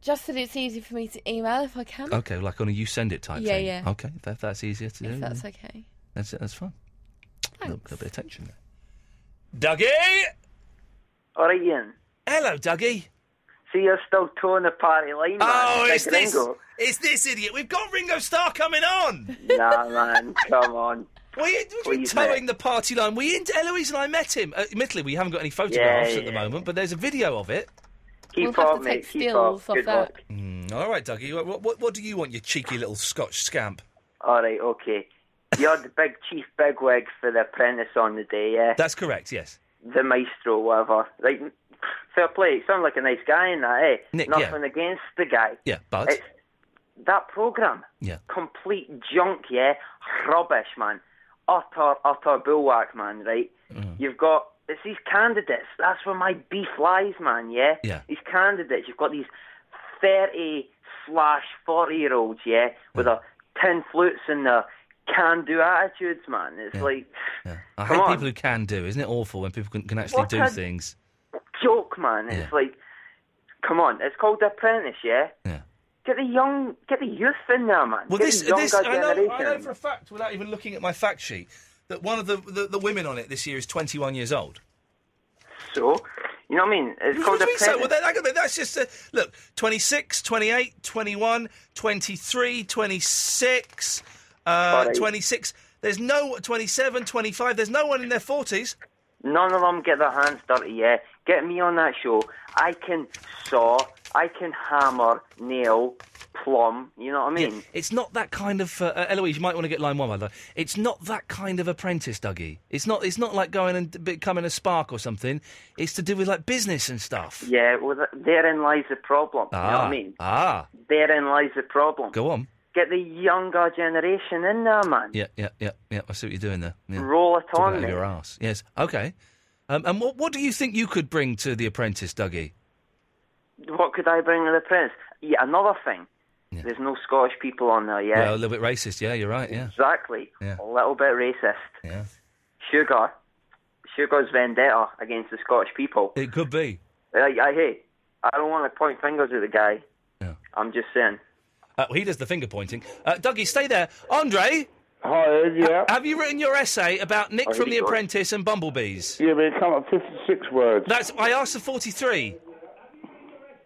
S5: just that it's easy for me to email if I can.
S3: Okay, like on a you send it type
S5: Yeah,
S3: thing.
S5: yeah.
S3: Okay, if that- that's easier to do.
S5: If that's
S3: then
S5: okay.
S3: That's it. That's fine. A little,
S5: Thanks.
S3: little bit of tension there. Dougie.
S18: All right, Ian.
S3: Hello, Dougie.
S18: See, you're still towing the party line, man.
S3: Oh,
S18: Like
S3: it's this,
S18: Ringo.
S3: it's this idiot. We've got Ringo Starr coming on.
S18: nah, man, come on.
S3: Were you, were you
S18: Please,
S3: towing the party line? We in, Eloise and I met him. Uh, admittedly, we haven't got any photographs
S18: Yeah,
S3: at the moment, but there's a video of it.
S18: Keep We'll have up, to mate, take keep stills up. off Good that. luck.
S3: Mm, all right, Dougie. What, what- what, what do you want, you cheeky little Scotch scamp?
S18: All right, okay. You're the big chief bigwig for the apprentice on the day, yeah?
S3: That's correct, yes.
S18: The maestro, whatever. Like, fair play. You sound like a nice guy in that, eh?
S3: Nick, yeah.
S18: Nothing against the guy.
S3: Yeah, but
S18: It's that program.
S3: Yeah.
S18: Complete junk, yeah. Rubbish, man. Utter, utter bullwhack, man. Right.
S3: Mm.
S18: You've got it's these candidates. That's where my beef lies, man. Yeah.
S3: Yeah.
S18: These candidates. You've got these thirty slash forty year olds, yeah, with a tin flutes and their can do attitudes, man. It's like
S3: I
S18: Come
S3: hate
S18: on.
S3: people who can do. Isn't it awful when people can, can actually
S18: What
S3: do
S18: a-
S3: things?
S18: joke, man. It's like, come on, it's called The Apprentice, yeah?
S3: Yeah.
S18: Get the young, get the youth in there, man.
S3: Well,
S18: get
S3: this,
S18: the younger
S3: this I,
S18: generation.
S3: know, I know for a fact, without even looking at my fact sheet, that one of the, the, the women on it this year is 21 years old.
S18: So, you know what I mean? It's
S3: What
S18: called
S3: do you
S18: The
S3: mean so? Well,
S18: Apprentice.
S3: that, that- that's just a, look 26, 28, 21, 23, 26, uh,
S18: Sorry.
S3: 26. There's no 27, 25. There's no one in their 40s.
S18: None of them get their hands dirty, yeah? Get me on that show. I can saw, I can hammer, nail, plumb, you know what I mean?
S3: It's not that kind of. Uh, uh, Eloise, you might want to get line one, by the way. It's not that kind of apprentice, Dougie. It's not. It's not like going and becoming a spark or something. It's to do with like business and stuff.
S18: Yeah, well, th- therein lies the problem, you know what I mean?
S3: Ah.
S18: Therein lies the problem.
S3: Go on.
S18: Get the younger generation in there, man.
S3: Yeah, yeah, yeah, yeah. I see what you're doing there. Yeah.
S18: Roll it
S3: Talking
S18: on,
S3: out of
S18: mate.
S3: your ass. Yes. Okay. Um, and what what do you think you could bring to the apprentice, Dougie?
S18: What could I bring to the prince? Yeah, another thing. There's no Scottish people on there, yeah.
S3: a little bit racist. Yeah, you're right. Yeah.
S18: Exactly.
S3: Yeah.
S18: A little bit racist.
S3: Yeah.
S18: Sugar. Sugar's vendetta against the Scottish people.
S3: It could be.
S18: Like, I hey, I don't want to point fingers at the guy. I'm just saying.
S3: Uh, well, he does the finger pointing. Uh, Dougie, stay there. Andre.
S14: Hi, yeah.
S3: have you written your essay about Nick
S14: Oh, here
S3: from
S14: we
S3: The
S14: go.
S3: Apprentice and bumblebees?
S14: Yeah, but it come up 56 words.
S3: That's I asked for 43.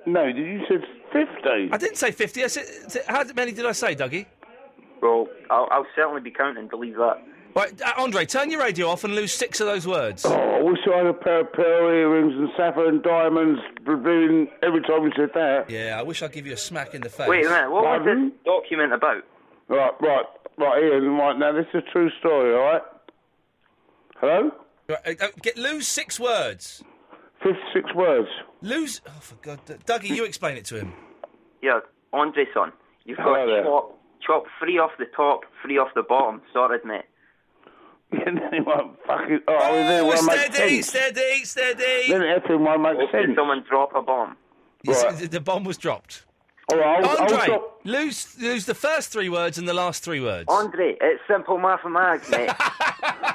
S14: No, did you said 50?
S3: I didn't say 50. I said, t- how many did I say, Dougie?
S18: Well, I'll, I'll certainly be counting, believe that.
S3: Right, uh, Andre, turn your radio off and lose six of those words.
S14: Oh, I wish I had a pair of pearl earrings and sapphire and diamonds revealing every time you said that.
S3: Yeah, I wish I'd give you a smack in the face.
S18: Wait a minute, what was this document about?
S14: Right, right, right, Ian, right now, this is a true story, all right? Hello?
S3: Right, uh, uh, get, lose six words.
S14: 56 words.
S3: Lose. Oh, for God. Dougie, you explain it to him.
S18: Yeah, Andre's on. You've got
S3: Hello
S14: Oh,
S3: there.
S18: chop, chop three off the top, three off the bottom. Sorted, mate.
S14: And then it won't fucking. Oh, then it won't make
S3: steady,
S14: sense.
S3: steady, steady.
S14: Then everyone makes
S18: Did
S14: sense.
S18: someone drop a bomb?
S3: Yes, The bomb was dropped.
S14: All right, I'll,
S3: Andre,
S14: I'll stop.
S3: lose lose the first three words and the last three words.
S18: Andre, it's simple mathematics, mate.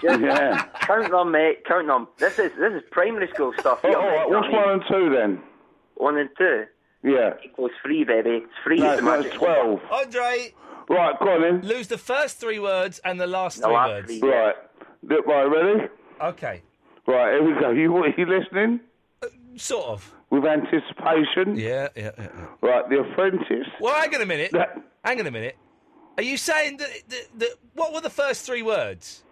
S18: Just
S14: Yeah.
S18: count them, mate. Count them. This is this is primary school stuff.
S14: Oh,
S18: You
S14: all
S18: don't
S14: right,
S18: make
S14: what's
S18: them,
S14: one
S18: mate.
S14: and two then?
S18: One and two.
S14: Yeah.
S18: Equals three, baby. It's three.
S14: No,
S18: is the
S14: no,
S18: magic
S14: it's 12.
S18: number.
S3: Andre,
S14: Right, go on then.
S3: lose the first three words and the last
S14: The
S3: three
S14: last
S3: words.
S14: three, yeah. Right. Th- Right, ready?
S3: Okay,
S14: Right, here we go. You, are you listening?
S3: sort of.
S14: With anticipation?
S3: Yeah, yeah, yeah. yeah.
S14: Right, The Apprentice.
S3: Well, hang on a minute.
S14: That-
S3: Hang on a minute. Are you saying that, that, that what were the first three words?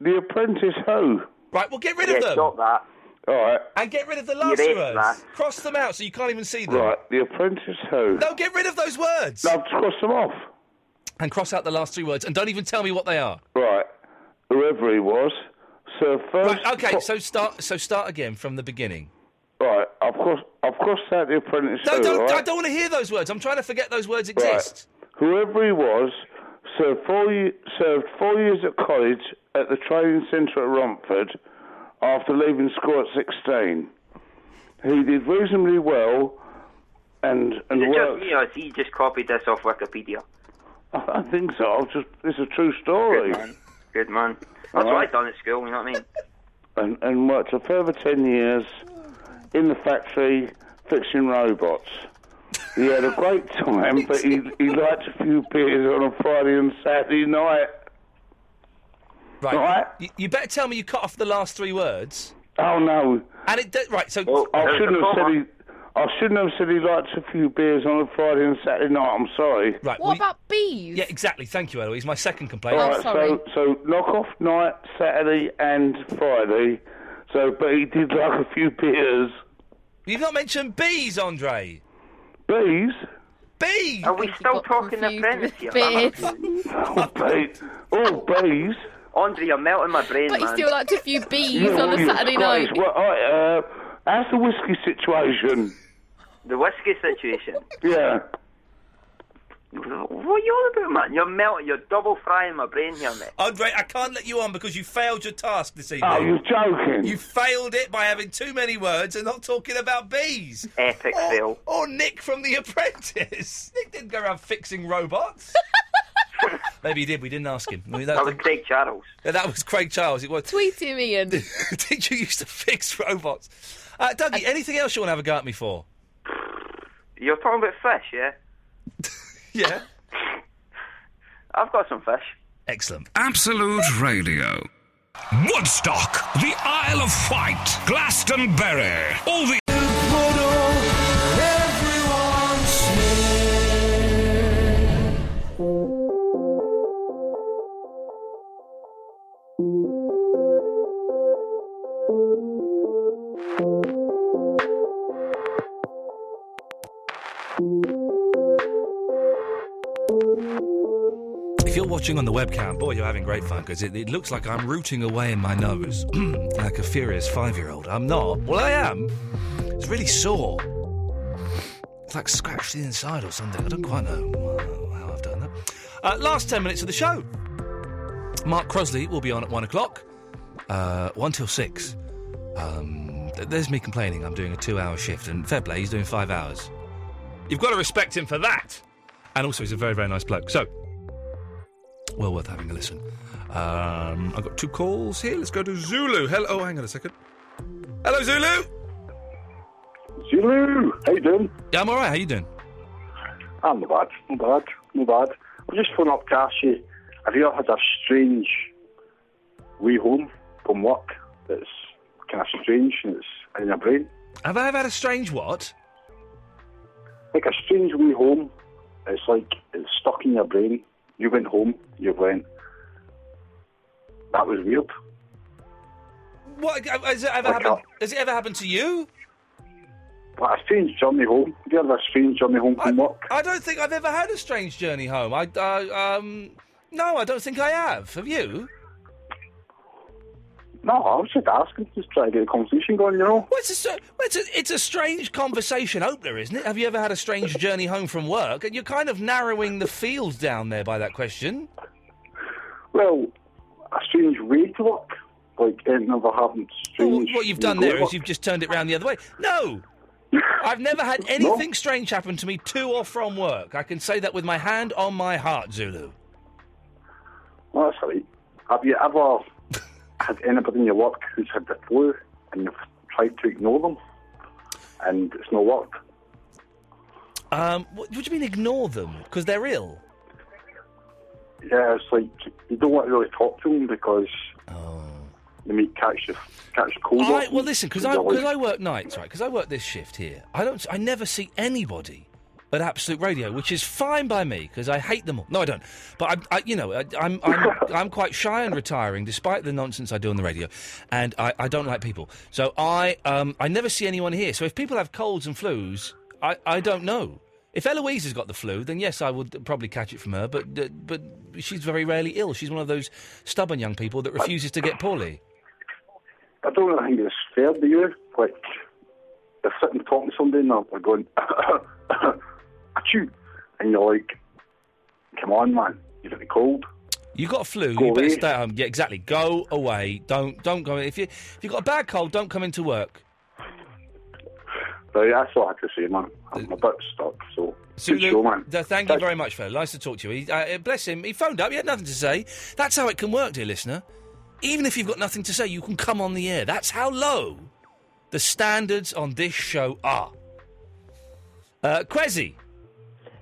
S14: The Apprentice who?
S3: Right, well, get rid of them
S18: that.
S14: All right.
S3: and get rid of the last
S14: You're
S3: three
S14: it,
S3: words.
S14: man.
S3: Cross them out so you can't even see them.
S14: Right, The Apprentice who?
S3: No, get rid of those words.
S14: No, cross them off.
S3: And cross out the last three words and don't even tell me what they are.
S14: Right, whoever he was. So first.
S3: Okay, so start so start again from the beginning.
S14: Right, I've crossed, I've crossed out The Apprentice
S3: No,
S14: who.
S3: don't,
S14: all right?
S3: I don't want to hear those words. I'm trying to forget those words
S14: Right.
S3: exist.
S14: Whoever he was, served four, ye- served four years at college at the training centre at Romford after leaving school at 16. He did reasonably well and,
S18: Is
S14: and
S18: it
S14: worked.
S18: just me or has he just copied this off Wikipedia?
S14: I think so. I'll just, it's a true story.
S18: Good man. Good man. That's what I
S14: Alright.
S18: done at school. You know what I mean?
S14: And, and worked a further 10 years in the factory fixing robots. He had a great time, but he, he liked a few beers on a Friday and Saturday night.
S3: Right.
S14: Right.
S3: You, you better tell me you cut off the last three words.
S14: Oh no!
S3: And it d- right. So
S14: I shouldn't have said he. I shouldn't have said he liked a few beers on a Friday and Saturday night. I'm sorry.
S3: Right.
S5: What about bees? Oh,
S3: Yeah, exactly. Thank you, Eloise. My second complaint.
S14: All right. So so knock off night Saturday and Friday. So, but he did like a few beers.
S3: You've not mentioned bees, Andre.
S14: Bees.
S3: Bees.
S18: Are we still talking apprentice here?
S14: Oh, bees. Oh, bees.
S18: Andre, you're melting my brain,
S5: But he
S18: man.
S5: still liked a few bees
S14: Yeah,
S5: on a
S14: Jesus
S5: Saturday night.
S14: Christ, Well, I, uh, how's the whiskey situation?
S18: The whiskey situation.
S14: Yeah.
S18: What are you on about, man? You're melting. You're double frying my brain here, mate.
S3: Andre, I can't let you on because you failed your task this evening.
S14: Oh, you're joking.
S3: You failed it by having too many words and not talking about bees.
S18: Epic
S3: or,
S18: fail.
S3: Or Nick from The Apprentice. Nick didn't go around fixing robots. Maybe he did. We didn't ask him. I mean, that,
S18: was Craig Charles.
S3: Yeah, that was Craig Charles. It was.
S5: Tweet him, Ian.
S3: Did you used to fix robots? Uh, Dougie, anything else you want to have a go at me for?
S18: You're talking about fish, yeah?
S3: yeah.
S18: I've got some fish.
S3: Excellent.
S19: Absolute Radio. Woodstock, the Isle of Wight, Glastonbury, all the.
S9: If you're watching on the webcam, boy, you're having great fun because it, it looks like I'm rooting away in my nose like a furious five-year-old. I'm not. Well, I am. It's really sore. It's like scratched the inside or something. I don't quite know how I've done that. Uh, last ten minutes of the show. Mark Crosley will be on at one o'clock, uh, one till six. Um, th- there's me complaining. I'm doing a two-hour shift, and Fairplay he's doing five hours. You've got to respect him for that. And also, he's a very, very nice bloke. So, well worth having a listen. Um, I've got two calls here. Let's go to Zulu. Hello. Oh, hang on a second. Hello, Zulu.
S10: Hello. How you doing?
S9: Yeah, I'm all right. How you doing?
S10: I'm not bad. I'm bad. I'm bad. I'm just phoning up to ask you, have you ever had a strange way home from work that's kind of strange and it's in your brain?
S9: Have I ever had a strange what?
S10: Like a strange way home. It's like it's stuck in your brain. You went home, you went, that was weird.
S3: What has it ever
S10: Wake
S3: happened?
S10: up.
S3: Has it ever happened to you?
S10: Like a strange journey home. Have you ever had a strange journey home from work?
S3: I don't think I've ever had a strange journey home. I, I um, no, I don't think I have. Have you?
S10: No, I was just asking, just try to get a conversation going, you know?
S3: Well, it's a, str- well, it's a it's a strange conversation opener, isn't it? Have you ever had a strange journey home from work? And you're kind of narrowing the field down there by that question.
S10: Well, a strange way to work. Like, it never happened
S3: Well,
S10: strange.
S3: what you've done there is you've just turned it round the other way. No, I've never had anything strange happen to me to or from work. I can say that with my hand on my heart, Zulu.
S10: Well, that's all right. Have you ever had anybody in your work who's had the flu and you've tried to ignore them and it's not worked?
S3: Um, what, what do you mean ignore them? Because they're ill.
S10: Yeah, it's like you don't want to really talk to them because they may catch the catch the cold. off
S3: I,
S10: them.
S3: Oh. well, listen, because I,
S10: They're like-
S3: cause I work nights, right? Because I work this shift here. I don't. I never see anybody at Absolute Radio, which is fine by me because I hate them all. No, I don't. But I, I you know, I, I'm I'm, I'm quite shy and retiring, despite the nonsense I do on the radio, and I, I don't like people. So I um I never see anyone here. So if people have colds and flus, I I don't know. If Eloise has got the flu, then yes, I would probably catch it from her. But uh, but she's very rarely ill. She's one of those stubborn young people that refuses to get poorly.
S10: I don't really think it's fair to you. Like, they're sitting talking to somebody and they're, they're going, achoo. And you're like, come on, man, you're getting cold.
S3: You got a flu.
S10: Go
S3: you better
S10: away.
S3: stay at home. Yeah, exactly. Go away. Don't don't go. If you if you got a bad cold, don't come into work.
S10: So yeah, that's all I can say, man. I'm a bit stuck, so. good
S3: Zulu,
S10: show, man.
S3: th- thank you very much, fella. Nice to talk to you. He, uh, uh, bless him. He phoned up. He had nothing to say. That's how it can work, dear listener. Even if you've got nothing to say, you can come on the air. That's how low the standards on this show are. Uh, Quezzy.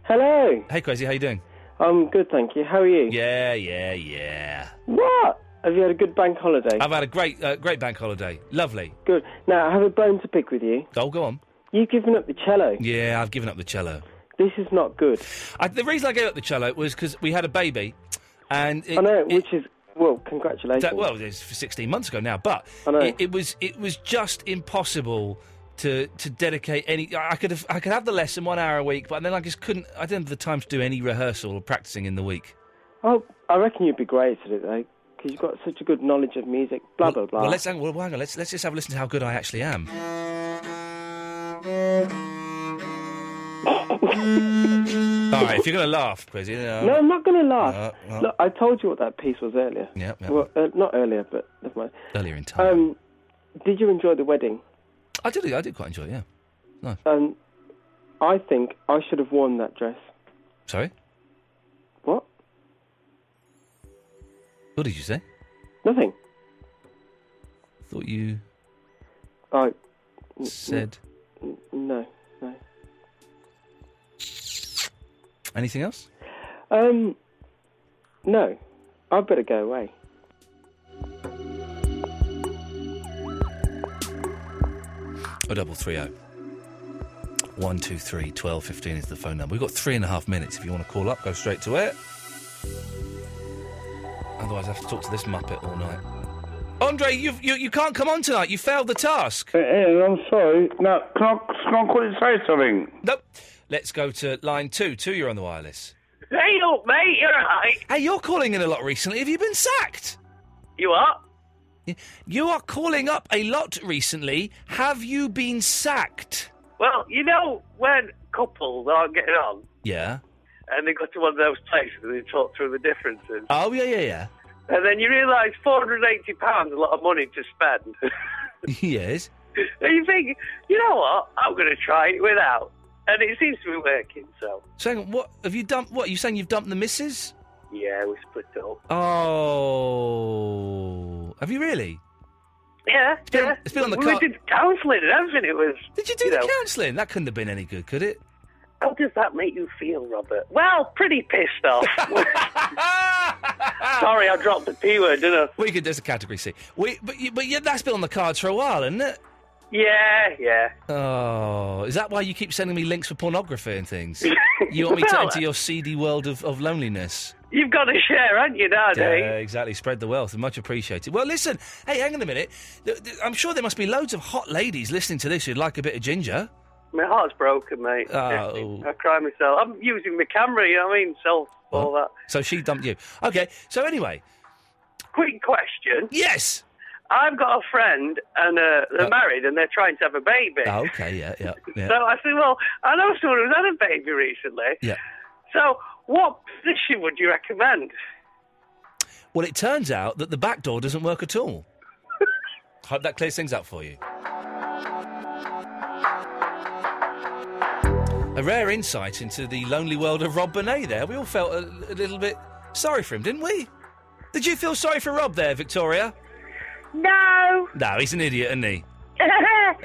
S20: Hello.
S3: Hey, Quezzy. How you doing?
S20: I'm good, thank you. How are you?
S3: Yeah, yeah, yeah.
S20: What? Have you had a good bank holiday?
S3: I've had a great, uh, great bank holiday. Lovely.
S20: Good. Now, I have a bone to pick with you.
S3: Oh, go on.
S20: You've given up the cello.
S3: Yeah, I've given up the cello.
S20: This is not good.
S3: I, the reason I gave up the cello was because we had a baby, and it,
S20: I know, which is well, congratulations.
S3: that, well, it's for 16 months ago now, but
S20: know.
S3: it, it was it was just impossible to to dedicate any. I I could have I could have the lesson one hour a week, but then I just couldn't. I didn't have the time to do any rehearsal or practicing in the week.
S20: oh, I reckon you'd be great at it though, because you've got such a good knowledge of music. Blah blah blah.
S3: Well, let's hang, well, hang on. Let's let's just have a listen to how good I actually am. All right, if you're gonna laugh, Quizzy. you know-
S20: no, I'm not going to laugh.
S3: Uh, uh.
S20: Look, I told you what that piece was earlier.
S3: Yeah, yeah.
S20: Well, uh, not earlier, but never mind.
S3: Earlier in time,
S20: Um, did you enjoy the wedding?
S3: I did I did quite enjoy. it, Yeah.
S20: Um, I think I should have worn that dress.
S3: Sorry.
S20: What?
S3: What did you say?
S20: Nothing.
S3: Thought you
S20: I
S3: said
S20: N- No, no.
S3: anything else.
S20: Um, no. I better go away.
S3: Oh, double three oh. One two three twelve fifteen is the phone number. We've got three and a half minutes. If you want to call up, go straight to it. Otherwise, I have to talk to this muppet all night. Andre, you've, you you can't come on tonight. You failed the task.
S10: Ian, I'm sorry. Now, can I, can I quickly say something?
S3: Nope. Let's go to line two. Two, you're on the wireless.
S21: Hey, look, mate, you're right.
S3: Hey, you're calling in a lot recently. Have you been sacked?
S21: You are.
S3: You are calling up a lot recently. Have you been sacked?
S21: Well, you know when couples aren't getting on
S3: Yeah.
S21: and they go to one of those places and they talk through the differences,
S3: Oh yeah yeah yeah.
S21: and then you realise four hundred eighty pounds a lot of money to spend,
S3: yes.
S21: and you think, you know what, I'm going to try it without, and it seems to be working. So
S3: Saying what? Have you dumped? What? You saying you've dumped the missus?
S21: yeah, we split it up.
S3: Oh, have you really?
S21: Yeah,
S3: it's been, yeah. It's been on the
S21: we
S3: car-
S21: did counselling and everything. It was.
S3: Did you do the counselling? That couldn't have been any good, could it?
S21: How does that make you feel, Robert? Well, pretty pissed off. Sorry, I dropped the P word, didn't I?
S3: Ah. We could. There's a category C. We, but you- but yeah, that's been on the cards for a while, isn't it?
S21: Yeah, yeah.
S3: Oh, is that why you keep sending me links for pornography and things? you want me to
S21: Well-
S3: enter your seedy world of, of loneliness?
S21: You've got to share, haven't you,
S3: Yeah,
S21: nowadays?
S3: exactly. Spread the wealth. Much appreciated. Well, listen. Hey, hang on a minute. Th- th- I'm sure there must be loads of hot ladies listening to this who'd like a bit of ginger.
S21: My heart's broken, mate.
S3: Oh.
S21: I cry myself. I'm using my camera, you know what I mean? So, all that.
S3: So she dumped you. Okay. So anyway,
S21: Quick question.
S3: Yes.
S21: I've got a friend, and uh, they're
S3: Uh,
S21: married, and they're trying to have a baby.
S3: Oh, okay, yeah, yeah, yeah.
S21: So I said, well, I know someone who's had a baby recently.
S3: yeah.
S21: So, what position would you recommend?
S3: Well, it turns out that the back door doesn't work at all. Hope that clears things up for you. A rare insight into the lonely world of Rob Bonet there. We all felt a, a little bit sorry for him, didn't we? Did you feel sorry for Rob there, Victoria?
S2: No.
S3: No, he's an idiot, isn't he?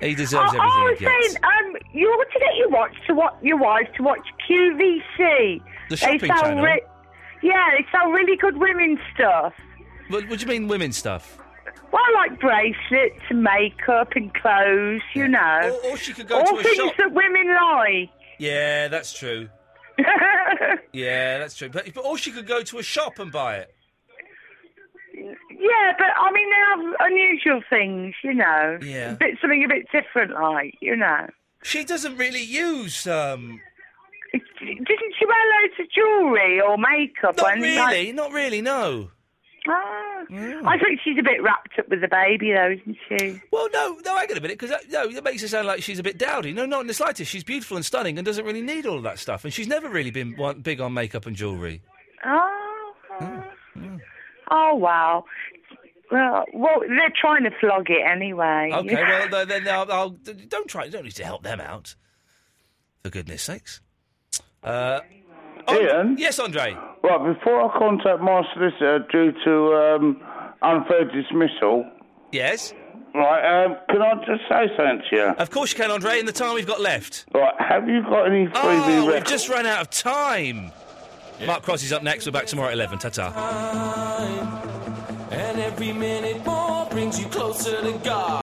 S3: He deserves
S2: I,
S3: everything
S2: I
S3: he
S2: was
S3: gets.
S2: saying, um, you ought to get your watch to what your wife to watch QVC.
S3: The shopping
S2: sell
S3: channel?
S2: yeah, they sell really good women's stuff.
S3: What, what do you mean, women's stuff?
S2: Well, like bracelets and makeup and clothes, you know.
S3: Or, she could go
S2: All
S3: to a
S2: things
S3: shop.
S2: that women like.
S3: Yeah, that's true. Yeah, that's true. But, but or she could go to a shop and buy it.
S2: yeah, but I mean, they have unusual things, you know.
S3: Yeah.
S2: A bit, something a bit different, like, you know.
S3: She doesn't really use. um
S2: Didn't she wear loads of jewellery or makeup?
S3: Not
S2: and,
S3: really,
S2: like-
S3: not really. No.
S2: Ah. I think she's a bit wrapped up with the baby, though, isn't she?
S3: Well, no, no, hang on a minute, because that, no, that makes it sound like she's a bit dowdy. No, not in the slightest. She's beautiful and stunning and doesn't really need all of that stuff. And she's never really been one, big on makeup and jewellery.
S2: Oh.
S3: Mm.
S2: Oh wow. Well, well, they're trying to flog it anyway.
S3: Okay, well, th- then I'll, I'll don't try. Don't need to help them out. For goodness sakes. Uh,
S14: Ian?
S3: Yes, Andre.
S14: Right, before I contact my solicitor due to um, unfair dismissal,
S3: Yes.
S14: right, um, can I just say something to you?
S3: Of course you can, Andre. In the time we've got left.
S14: Right, have you got any freebie
S3: Oh, we've
S14: records?
S3: just run out of time. Mark Cross is up next. We're back tomorrow at eleven. Ta-ta.
S22: And every minute more brings you closer to God.